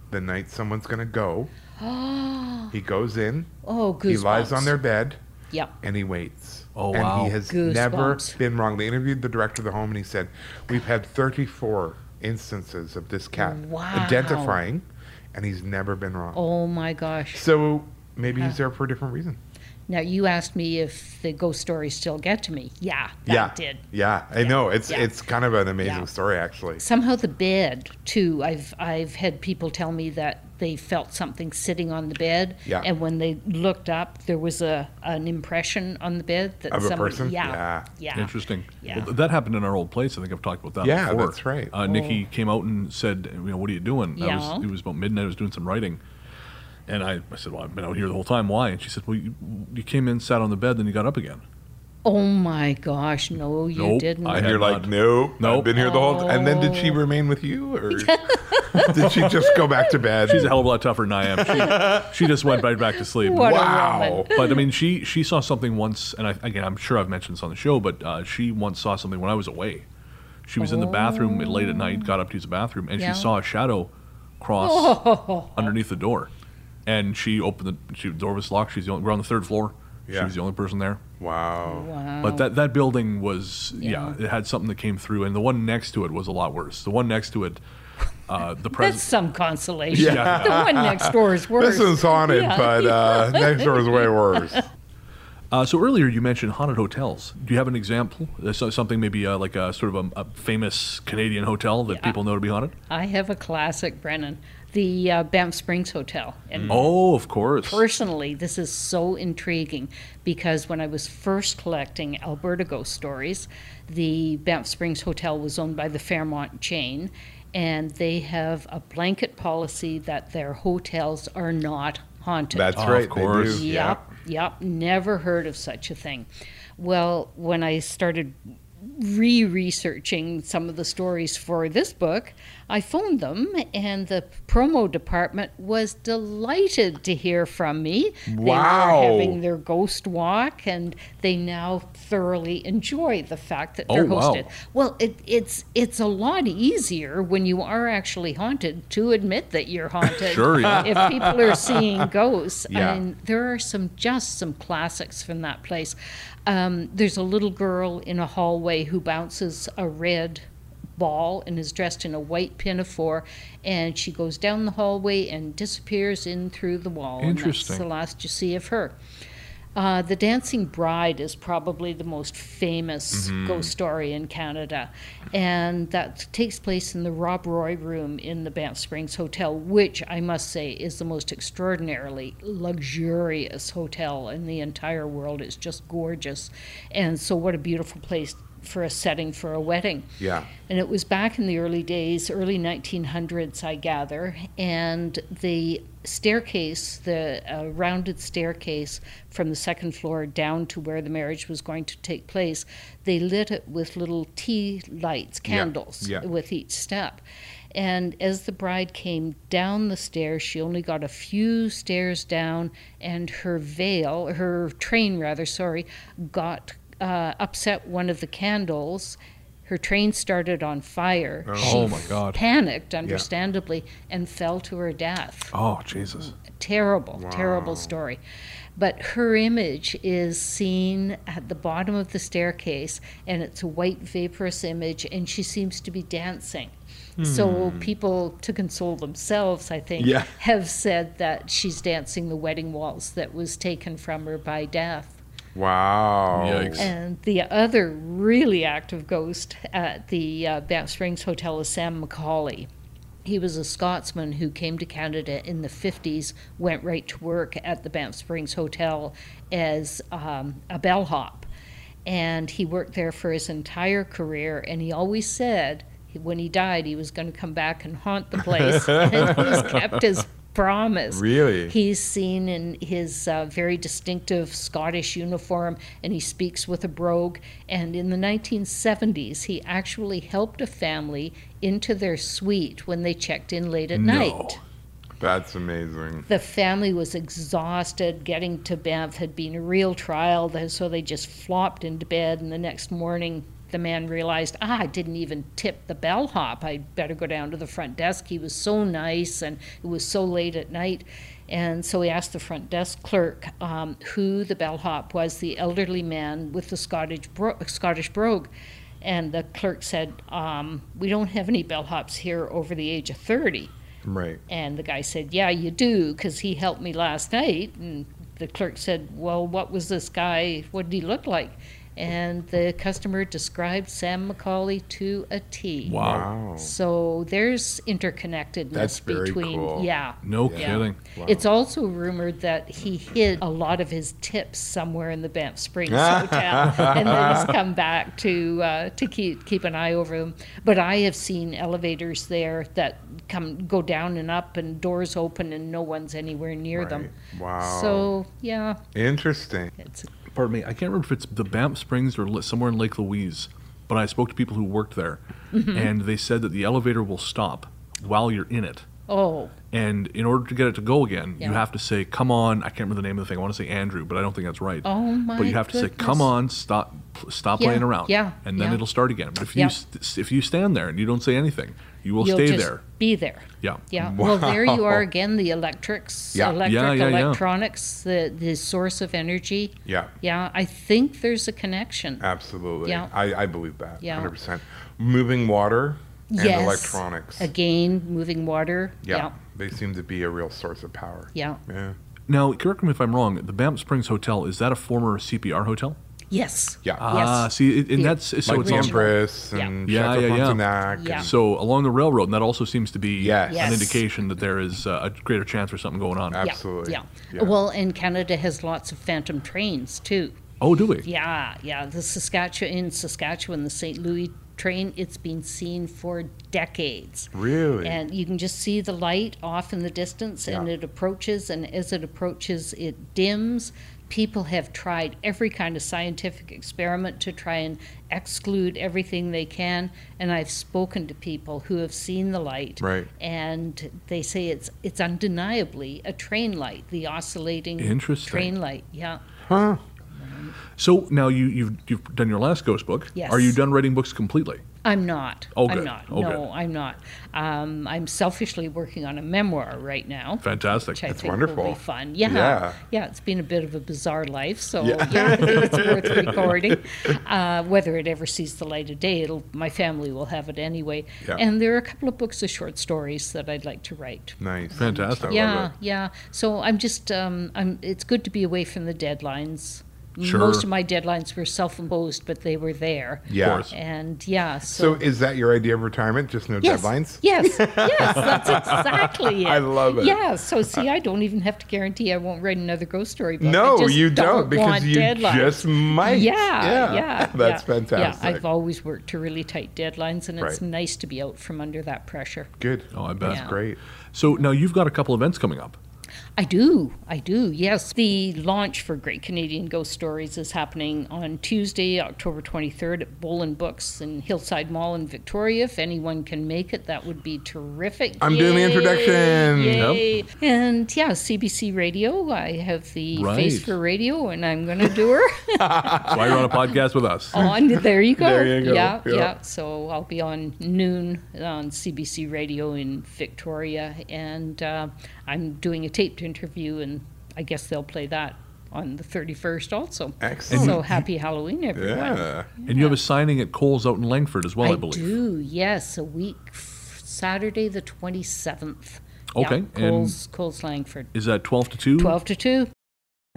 [SPEAKER 2] the night someone's going to go.
[SPEAKER 3] Oh,
[SPEAKER 2] He goes in,
[SPEAKER 3] goosebumps.
[SPEAKER 2] he lies on their bed,
[SPEAKER 3] Yep.
[SPEAKER 2] and he waits.
[SPEAKER 1] Oh,
[SPEAKER 2] and
[SPEAKER 1] wow.
[SPEAKER 2] he has
[SPEAKER 3] Goosebumps.
[SPEAKER 2] never been wrong. They interviewed the director of the home, and he said, "We've had 34 instances of this cat
[SPEAKER 3] Wow.
[SPEAKER 2] identifying, and he's never been wrong."
[SPEAKER 3] Oh Uh. my gosh.
[SPEAKER 2] So maybe he's there for a different reason.
[SPEAKER 3] Now you asked me if the ghost stories still get to me. Yeah, that
[SPEAKER 2] yeah,
[SPEAKER 3] did.
[SPEAKER 2] yeah, I know. It's
[SPEAKER 3] Yeah.
[SPEAKER 2] it's kind of an amazing
[SPEAKER 3] Yeah.
[SPEAKER 2] story, actually.
[SPEAKER 3] Somehow the bed too. I've I've had people tell me that they felt something sitting on the bed,
[SPEAKER 2] Yeah.
[SPEAKER 3] and when they looked up, there was a an impression on the bed that
[SPEAKER 2] Of a
[SPEAKER 3] somebody,
[SPEAKER 2] person?
[SPEAKER 3] Yeah, yeah,
[SPEAKER 1] Interesting.
[SPEAKER 3] Yeah.
[SPEAKER 1] Well, th- that happened in our old place. I think I've talked about that
[SPEAKER 2] Yeah,
[SPEAKER 1] before.
[SPEAKER 2] that's right.
[SPEAKER 1] Uh, Nikki came out and said, you know, what are you doing? I
[SPEAKER 3] Oh. Yeah.
[SPEAKER 1] was, it was about midnight. I was doing some writing. And I, I said, well, I've been out here the whole time. Why? And she said, well, you, you came in, sat on the bed, then you got up again.
[SPEAKER 3] Oh my gosh, no, you
[SPEAKER 1] Nope,
[SPEAKER 3] didn't.
[SPEAKER 1] I
[SPEAKER 2] And
[SPEAKER 1] had
[SPEAKER 2] you're like,
[SPEAKER 1] not.
[SPEAKER 2] no, no, I've
[SPEAKER 1] Nope.
[SPEAKER 2] been here the whole. time. And then did she
[SPEAKER 3] Oh.
[SPEAKER 2] remain with you, or did she just go back to bed?
[SPEAKER 1] She's a hell of a lot tougher than I am. She, she just went right back to sleep.
[SPEAKER 3] What a
[SPEAKER 2] Wow.
[SPEAKER 3] woman.
[SPEAKER 1] But I mean, she she saw something once, and I, again, I'm sure I've mentioned this on the show, but uh, she once saw something when I was away. She was in the bathroom late at night, got up to use the bathroom, and
[SPEAKER 3] Yeah.
[SPEAKER 1] she saw a shadow cross underneath the door. And she opened the, she, the door was locked. She's the only, we're on the third floor. She
[SPEAKER 2] Yeah.
[SPEAKER 1] was the only person there.
[SPEAKER 2] wow.
[SPEAKER 3] Wow.
[SPEAKER 1] But that, that building was, yeah.
[SPEAKER 3] Oh. Yeah.
[SPEAKER 1] it had something that came through, and the one next to it was a lot worse. The one next to it, uh, the
[SPEAKER 3] That's
[SPEAKER 1] president.
[SPEAKER 3] some consolation.
[SPEAKER 1] Yeah.
[SPEAKER 3] The one next door is worse.
[SPEAKER 2] This one's haunted,
[SPEAKER 3] Yeah.
[SPEAKER 2] but uh, next door is way worse.
[SPEAKER 1] Uh, so earlier you mentioned haunted hotels. Do you have an example? Uh, so- Something maybe uh, like a sort of a, a famous Canadian hotel that people know to be haunted?
[SPEAKER 3] I have a classic, Brennan. The uh, Banff Springs Hotel. And
[SPEAKER 1] Oh, of course.
[SPEAKER 3] personally, this is so intriguing because when I was first collecting Alberta ghost stories, the Banff Springs Hotel was owned by the Fairmont chain, and they have a blanket policy that their hotels are not haunted.
[SPEAKER 2] That's
[SPEAKER 1] Of
[SPEAKER 2] right. they
[SPEAKER 1] course.
[SPEAKER 2] do.
[SPEAKER 3] Yep, yep. Never heard of such a thing. Well, when I started re researching some of the stories for this book, I phoned them, and the promo department was delighted to hear from me. They
[SPEAKER 2] Wow.
[SPEAKER 3] were having their ghost walk, and they now thoroughly enjoy the fact that they're
[SPEAKER 1] Oh, wow.
[SPEAKER 3] hosted. Well, it, it's it's a lot easier when you are actually haunted to admit that you're haunted.
[SPEAKER 1] Sure, yeah.
[SPEAKER 3] If people are seeing ghosts,
[SPEAKER 2] Yeah.
[SPEAKER 3] I mean, there are some just some classics from that place. Um, there's a little girl in a hallway who bounces a red ball and is dressed in a white pinafore, and she goes down the hallway and disappears in through the wall.
[SPEAKER 1] Interesting.
[SPEAKER 3] And that's the last you see of her. Uh, the Dancing Bride is probably the most famous ghost story in Canada, and that takes place in the Rob Roy room in the Banff Springs Hotel, which I must say is the most extraordinarily luxurious hotel in the entire world. It's just gorgeous, and so what a beautiful place for a setting for a wedding.
[SPEAKER 2] Yeah.
[SPEAKER 3] And it was back in the early days, early 1900s, I gather. And the staircase, the uh, rounded staircase from the second floor down to where the marriage was going to take place, they lit it with little tea lights, candles,
[SPEAKER 2] yeah.
[SPEAKER 3] with each step. And as the bride came down the stairs, she only got a few stairs down, and her veil, her train rather, sorry, got uh, upset one of the candles. Her train started on fire. She
[SPEAKER 1] Oh, my God.
[SPEAKER 3] Panicked, understandably, and fell to her death
[SPEAKER 1] Oh, Jesus.
[SPEAKER 3] terrible, terrible story. But her image is seen at the bottom of the staircase, and it's a white, vaporous image, and she seems to be dancing. So people, to console themselves, I think,
[SPEAKER 2] Yeah.
[SPEAKER 3] have said that she's dancing the wedding waltz that was taken from her by death.
[SPEAKER 2] Wow.
[SPEAKER 1] Yikes.
[SPEAKER 3] And the other really active ghost at the uh, Banff Springs Hotel is Sam Macaulay. He was a Scotsman who came to Canada in the 50s, went right to work at the Banff Springs Hotel as um, a bellhop. And he worked there for his entire career, and he always said he- when he died he was going to come back and haunt the place, and he's kept his promise.
[SPEAKER 2] Really?
[SPEAKER 3] He's seen in his uh, very distinctive Scottish uniform and he speaks with a brogue. And in the 1970s, he actually helped a family into their suite when they checked in late at night.
[SPEAKER 2] That's amazing.
[SPEAKER 3] The family was exhausted. Getting to Banff had been a real trial, th- so they just flopped into bed. And the next morning, the man realized, ah, I didn't even tip the bellhop. I better go down to the front desk. He was so nice, and it was so late at night. And so he asked the front desk clerk um, who the bellhop was, the elderly man with the Scottish, bro- Scottish brogue. And the clerk said, um, We don't have any bellhops here over the age of 30.
[SPEAKER 2] Right.
[SPEAKER 3] And the guy said, Yeah, you do, because he helped me last night. And the clerk said, Well, what was this guy? What did he look like? And the customer described Sam McCauley to a T.
[SPEAKER 1] Wow.
[SPEAKER 2] Wow.
[SPEAKER 3] So there's interconnectedness
[SPEAKER 2] That's very
[SPEAKER 3] between.
[SPEAKER 2] cool.
[SPEAKER 3] Yeah.
[SPEAKER 1] No
[SPEAKER 3] Yeah.
[SPEAKER 1] kidding.
[SPEAKER 3] It's also rumored that he hid a lot of his tips somewhere in the Banff Springs hotel, and then he's come back to uh, to keep keep an eye over them. But I have seen elevators there that come go down and up, and doors open, and no one's anywhere near them.
[SPEAKER 2] Right. Wow.
[SPEAKER 3] So yeah,
[SPEAKER 2] Interesting.
[SPEAKER 3] it's
[SPEAKER 1] Pardon me. I can't remember if it's the Banff Springs or li- somewhere in Lake Louise, but I spoke to people who worked there, and they said that the elevator will stop while you're in it.
[SPEAKER 3] oh
[SPEAKER 1] And in order to get it to go again, you
[SPEAKER 3] Yeah.
[SPEAKER 1] have to say, "Come on!" I can't remember the name of the thing. I want to say Andrew, but I don't think that's right.
[SPEAKER 3] Oh, my
[SPEAKER 1] But you have to say, "Come
[SPEAKER 3] goodness.
[SPEAKER 1] on, stop, pl- stop
[SPEAKER 3] Yeah,
[SPEAKER 1] playing around."
[SPEAKER 3] yeah,
[SPEAKER 1] And then
[SPEAKER 3] yeah.
[SPEAKER 1] it'll start again. But if
[SPEAKER 3] Yeah.
[SPEAKER 1] you st- if you stand there and you don't say anything, you will
[SPEAKER 3] you'll
[SPEAKER 1] stay
[SPEAKER 3] just
[SPEAKER 1] there.
[SPEAKER 3] be there.
[SPEAKER 1] Yeah.
[SPEAKER 3] Yeah. Well, there you
[SPEAKER 2] Wow.
[SPEAKER 3] are again. The electrics,
[SPEAKER 2] Yeah. Yeah,
[SPEAKER 3] electric,
[SPEAKER 1] yeah, yeah.
[SPEAKER 3] electronics, the the source of energy.
[SPEAKER 2] Yeah.
[SPEAKER 3] Yeah, I think there's a connection.
[SPEAKER 2] Absolutely.
[SPEAKER 3] Yeah.
[SPEAKER 2] I, I believe that.
[SPEAKER 3] Yeah.
[SPEAKER 2] 100%. Moving water and
[SPEAKER 3] Yes.
[SPEAKER 2] electronics.
[SPEAKER 3] Again, moving water.
[SPEAKER 2] yeah. They seem to be a real source of power.
[SPEAKER 3] Yeah.
[SPEAKER 2] Yeah.
[SPEAKER 1] Now, correct me if I'm wrong. The Banff Springs Hotel is that a former CPR hotel?
[SPEAKER 3] yeah. Yes.
[SPEAKER 2] Yeah.
[SPEAKER 1] Ah, see, it, and
[SPEAKER 3] Yeah.
[SPEAKER 1] that's so
[SPEAKER 2] like
[SPEAKER 1] it's
[SPEAKER 2] the
[SPEAKER 1] on-
[SPEAKER 2] Empress
[SPEAKER 3] Yeah.
[SPEAKER 2] and
[SPEAKER 1] Yeah,
[SPEAKER 2] Chateau
[SPEAKER 1] yeah, yeah.
[SPEAKER 2] Frontenac. and-
[SPEAKER 3] Yeah.
[SPEAKER 1] So along the railroad, and that also seems to be
[SPEAKER 2] Yes.
[SPEAKER 1] an
[SPEAKER 3] Yes.
[SPEAKER 1] indication that there is uh, a greater chance for something going on.
[SPEAKER 2] Ab-
[SPEAKER 3] Yeah,
[SPEAKER 2] Absolutely.
[SPEAKER 3] Yeah.
[SPEAKER 2] Yeah.
[SPEAKER 3] Well, and Canada has lots of phantom trains too.
[SPEAKER 1] oh, do we?
[SPEAKER 3] Yeah, yeah. The Saskatchewan in Saskatchewan, the St. Louis train, it's been seen for decades.
[SPEAKER 2] Really?
[SPEAKER 3] And you can just see the light off in the distance and
[SPEAKER 2] Yeah.
[SPEAKER 3] it approaches, and as it approaches, it dims. People have tried every kind of scientific experiment to try and exclude everything they can. And I've spoken to people who have seen the light.
[SPEAKER 2] Right.
[SPEAKER 3] And they say it's, it's undeniably a train light, the oscillating
[SPEAKER 1] Interesting.
[SPEAKER 3] train light. Yeah.
[SPEAKER 2] Huh.
[SPEAKER 1] So now you, you've you've done your last ghost book.
[SPEAKER 3] Yes.
[SPEAKER 1] Are you done writing books completely?
[SPEAKER 3] I'm not.
[SPEAKER 1] Oh,
[SPEAKER 3] I'm
[SPEAKER 1] good.
[SPEAKER 3] not.
[SPEAKER 1] Oh,
[SPEAKER 3] no,
[SPEAKER 1] good.
[SPEAKER 3] I'm not. Um, I'm selfishly working on a memoir right now.
[SPEAKER 1] Fantastic.
[SPEAKER 3] Which I
[SPEAKER 2] That's
[SPEAKER 3] think Will
[SPEAKER 2] wonderful.
[SPEAKER 3] be fun. Yeah.
[SPEAKER 2] Yeah.
[SPEAKER 3] yeah. It's been a bit of a bizarre life, so yeah, I think it's worth recording. Uh, whether it ever sees the light of day, it'll my family will have it anyway.
[SPEAKER 2] Yeah.
[SPEAKER 3] And there are a couple of books of short stories that I'd like to write.
[SPEAKER 2] Nice.
[SPEAKER 1] Fantastic.
[SPEAKER 2] I love
[SPEAKER 3] yeah,
[SPEAKER 2] it.
[SPEAKER 3] yeah. So I'm just um, I'm. It's good to be away from the deadlines.
[SPEAKER 1] Sure.
[SPEAKER 3] Most of my deadlines were self-imposed, but they were there.
[SPEAKER 2] Yeah.
[SPEAKER 1] course.
[SPEAKER 3] And yeah,
[SPEAKER 2] So is that your idea of retirement? Just no
[SPEAKER 3] Yes.
[SPEAKER 2] deadlines?
[SPEAKER 3] Yes, yes, that's exactly it.
[SPEAKER 2] I love it.
[SPEAKER 3] Yeah, so see, I don't even have to guarantee I won't write another ghost story book. I
[SPEAKER 2] No,
[SPEAKER 3] just
[SPEAKER 2] you don't, because
[SPEAKER 3] want
[SPEAKER 2] you
[SPEAKER 3] deadlines.
[SPEAKER 2] just might.
[SPEAKER 3] Yeah,
[SPEAKER 2] Yeah.
[SPEAKER 3] yeah,
[SPEAKER 2] That's
[SPEAKER 3] yeah.
[SPEAKER 2] fantastic.
[SPEAKER 3] Yeah, I've always worked to really tight deadlines, and it's
[SPEAKER 2] Right.
[SPEAKER 3] nice to be out from under that pressure.
[SPEAKER 2] Good.
[SPEAKER 1] Oh, I bet.
[SPEAKER 3] Yeah.
[SPEAKER 2] Great.
[SPEAKER 1] So now you've got a couple events coming up.
[SPEAKER 3] I do. I do. Yes. The launch for Great Canadian Ghost Stories is happening on Tuesday, October 23rd at Bolin Books in Hillside Mall in Victoria. If anyone can make it, that would be terrific.
[SPEAKER 2] I'm doing the introduction.
[SPEAKER 3] Yay. And yeah, CBC Radio. I have the
[SPEAKER 1] Right.
[SPEAKER 3] face for radio, and I'm going to do her
[SPEAKER 1] That's why you're on a podcast with us.
[SPEAKER 3] on. There you go.
[SPEAKER 2] There you go.
[SPEAKER 3] Yeah,
[SPEAKER 2] Yeah.
[SPEAKER 3] yeah, So I'll be on noon on CBC Radio in Victoria, and uh, I'm doing a taped interview, and I guess they'll play that on the 31st also.
[SPEAKER 2] Excellent.
[SPEAKER 3] So happy Halloween, everyone.
[SPEAKER 2] Yeah.
[SPEAKER 1] And you have a signing at Cole's out in Langford as well, I,
[SPEAKER 3] I,
[SPEAKER 1] believe.
[SPEAKER 3] do. Yes, a week f- Saturday the 27th.
[SPEAKER 1] Okay,
[SPEAKER 3] Yeah,
[SPEAKER 1] and-
[SPEAKER 3] Coles, Coles Langford.
[SPEAKER 1] Is that 12 to 2?
[SPEAKER 3] 12 to 2.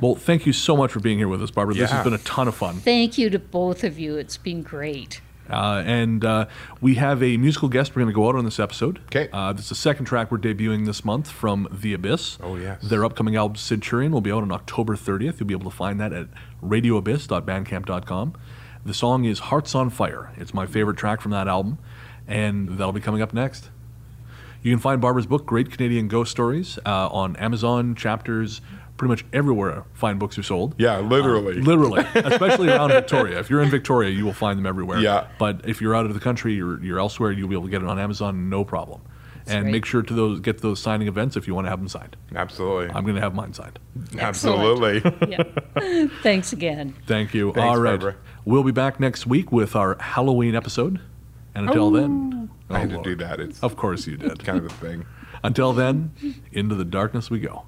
[SPEAKER 1] Well, thank you so much for being here with us, Barbara. This
[SPEAKER 2] Yeah.
[SPEAKER 1] has been a ton of fun.
[SPEAKER 3] Thank you to both of you. It's been great.
[SPEAKER 1] Uh, and uh, we have a musical guest we're going to go out on this episode.
[SPEAKER 2] 'Kay.
[SPEAKER 1] Uh, this is the second track we're debuting this month from The Abyss.
[SPEAKER 2] Oh, yes.
[SPEAKER 1] Their upcoming album, Centurion, will be out on October 30th. You'll be able to find that at radioabyss.bandcamp.com. The song is Hearts on Fire. It's my favorite track from that album, and that'll be coming up next. You can find Barbara's book, Great Canadian Ghost Stories, uh, on Amazon, chapters, pretty much everywhere fine books are sold. Uh,
[SPEAKER 2] Yeah, literally.
[SPEAKER 1] Literally, especially around Victoria. If you're in Victoria, you will find them everywhere.
[SPEAKER 2] Yeah.
[SPEAKER 1] But if you're out of the country, you're, you're elsewhere, you'll be able to get it on Amazon, no problem. and
[SPEAKER 3] right.
[SPEAKER 1] make sure to those get to those signing events if you want to have them signed.
[SPEAKER 2] Absolutely.
[SPEAKER 1] I'm going to have mine signed.
[SPEAKER 2] Absolutely.
[SPEAKER 3] Yeah. Thanks again.
[SPEAKER 1] Thank you.
[SPEAKER 2] Thanks,
[SPEAKER 1] All right.
[SPEAKER 2] Barbara.
[SPEAKER 1] We'll be back next week with our Halloween episode. And until then,
[SPEAKER 2] I had to
[SPEAKER 1] Oh,
[SPEAKER 2] do
[SPEAKER 1] Lord.
[SPEAKER 2] that. It's
[SPEAKER 1] Of course you did.
[SPEAKER 2] kind of a thing.
[SPEAKER 1] Until then, into the darkness we go.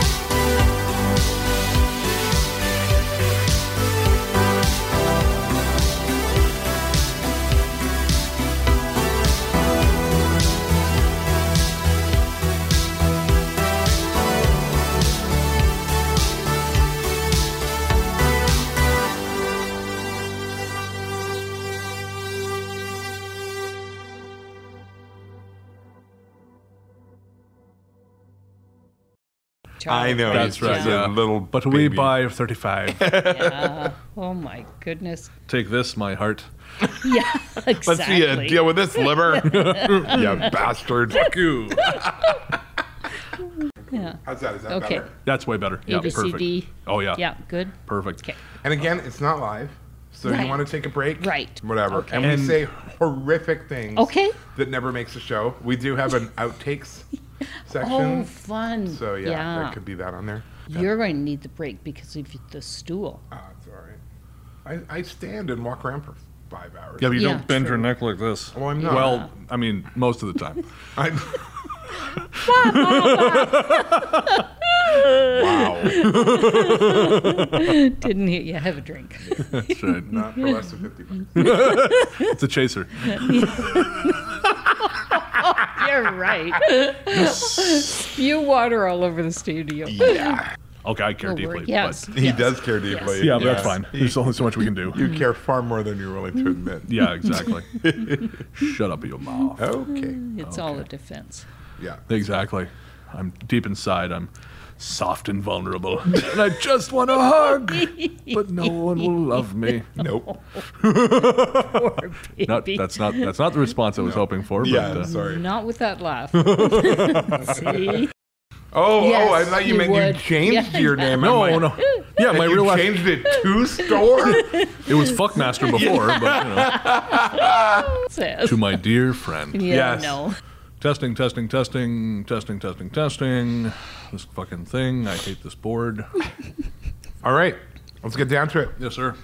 [SPEAKER 3] Charlie.
[SPEAKER 2] I know.
[SPEAKER 1] That's
[SPEAKER 2] he's
[SPEAKER 1] right,
[SPEAKER 2] just
[SPEAKER 1] yeah.
[SPEAKER 2] a little
[SPEAKER 1] But we
[SPEAKER 2] baby.
[SPEAKER 1] buy 35.
[SPEAKER 3] Yeah. Oh my goodness.
[SPEAKER 1] Take this, my heart.
[SPEAKER 3] Yeah. Exactly.
[SPEAKER 2] Let's see you deal with this liver. you bastard.
[SPEAKER 1] Fuck you.
[SPEAKER 3] yeah.
[SPEAKER 2] How's that? Is that
[SPEAKER 3] Okay.
[SPEAKER 2] better?
[SPEAKER 1] That's way better. Yeah,
[SPEAKER 3] A B C
[SPEAKER 1] perfect.
[SPEAKER 3] D.
[SPEAKER 1] Oh, yeah.
[SPEAKER 3] Yeah. Good.
[SPEAKER 1] Perfect.
[SPEAKER 3] Okay.
[SPEAKER 2] And again, it's not live. So
[SPEAKER 3] Right.
[SPEAKER 2] you want to take a break?
[SPEAKER 3] Right.
[SPEAKER 2] Whatever.
[SPEAKER 3] Okay.
[SPEAKER 2] And we
[SPEAKER 3] And-
[SPEAKER 2] say horrific things.
[SPEAKER 3] Okay.
[SPEAKER 2] That never makes a show. We do have an outtakes
[SPEAKER 3] Oh,
[SPEAKER 2] section.
[SPEAKER 3] fun.
[SPEAKER 2] so yeah, there could be that on there.
[SPEAKER 3] You're going to need the break because of the stool.
[SPEAKER 2] Ah, it's all right. I, I stand and walk around for five hours.
[SPEAKER 1] Yeah, but you
[SPEAKER 3] Yeah,
[SPEAKER 1] don't bend
[SPEAKER 3] true.
[SPEAKER 1] your neck like this.
[SPEAKER 2] Well, I'm not.
[SPEAKER 1] Well, I mean, most of the time.
[SPEAKER 2] I, wow.
[SPEAKER 3] Didn't he? Yeah, have a drink.
[SPEAKER 1] That's right.
[SPEAKER 2] Not for less than 50 bucks.
[SPEAKER 1] It's a chaser.
[SPEAKER 3] You're right. Spew water all over the studio.
[SPEAKER 2] Yeah.
[SPEAKER 1] Okay, I care
[SPEAKER 3] Will
[SPEAKER 1] deeply.
[SPEAKER 3] work. Yes.
[SPEAKER 1] But,
[SPEAKER 2] He
[SPEAKER 3] Yes.
[SPEAKER 2] does care deeply.
[SPEAKER 1] yeah, but that's
[SPEAKER 2] Yeah.
[SPEAKER 1] fine. There's only so much we can do.
[SPEAKER 2] You care far more than you're willing to admit.
[SPEAKER 1] Yeah, exactly. Shut up, your mouth.
[SPEAKER 2] Okay.
[SPEAKER 3] It's all a defense.
[SPEAKER 2] Yeah.
[SPEAKER 1] Exactly. I'm deep inside. I'm soft and vulnerable, and I just want a hug, but no one will love me.
[SPEAKER 2] Nope.
[SPEAKER 1] Not, that's not that's not the response I was hoping for. But,
[SPEAKER 2] Yeah,
[SPEAKER 1] uh,
[SPEAKER 2] I'm sorry.
[SPEAKER 3] Not with that laugh. See?
[SPEAKER 2] Oh,
[SPEAKER 3] Yes,
[SPEAKER 2] oh, I thought you,
[SPEAKER 3] you
[SPEAKER 2] meant
[SPEAKER 3] would.
[SPEAKER 2] you changed
[SPEAKER 3] Yeah.
[SPEAKER 2] your name. I'm
[SPEAKER 1] no,
[SPEAKER 2] like,
[SPEAKER 1] no. Yeah, my
[SPEAKER 2] you
[SPEAKER 1] real last
[SPEAKER 2] changed it to store?
[SPEAKER 1] it was fuckmaster before, but you know,
[SPEAKER 3] Says.
[SPEAKER 1] to my dear friend.
[SPEAKER 3] Yeah,
[SPEAKER 2] Yes.
[SPEAKER 3] no.
[SPEAKER 1] Testing, testing, testing, testing, testing, testing. This fucking thing. I hate this board.
[SPEAKER 2] All right. Let's get down to it.
[SPEAKER 1] Yes, sir.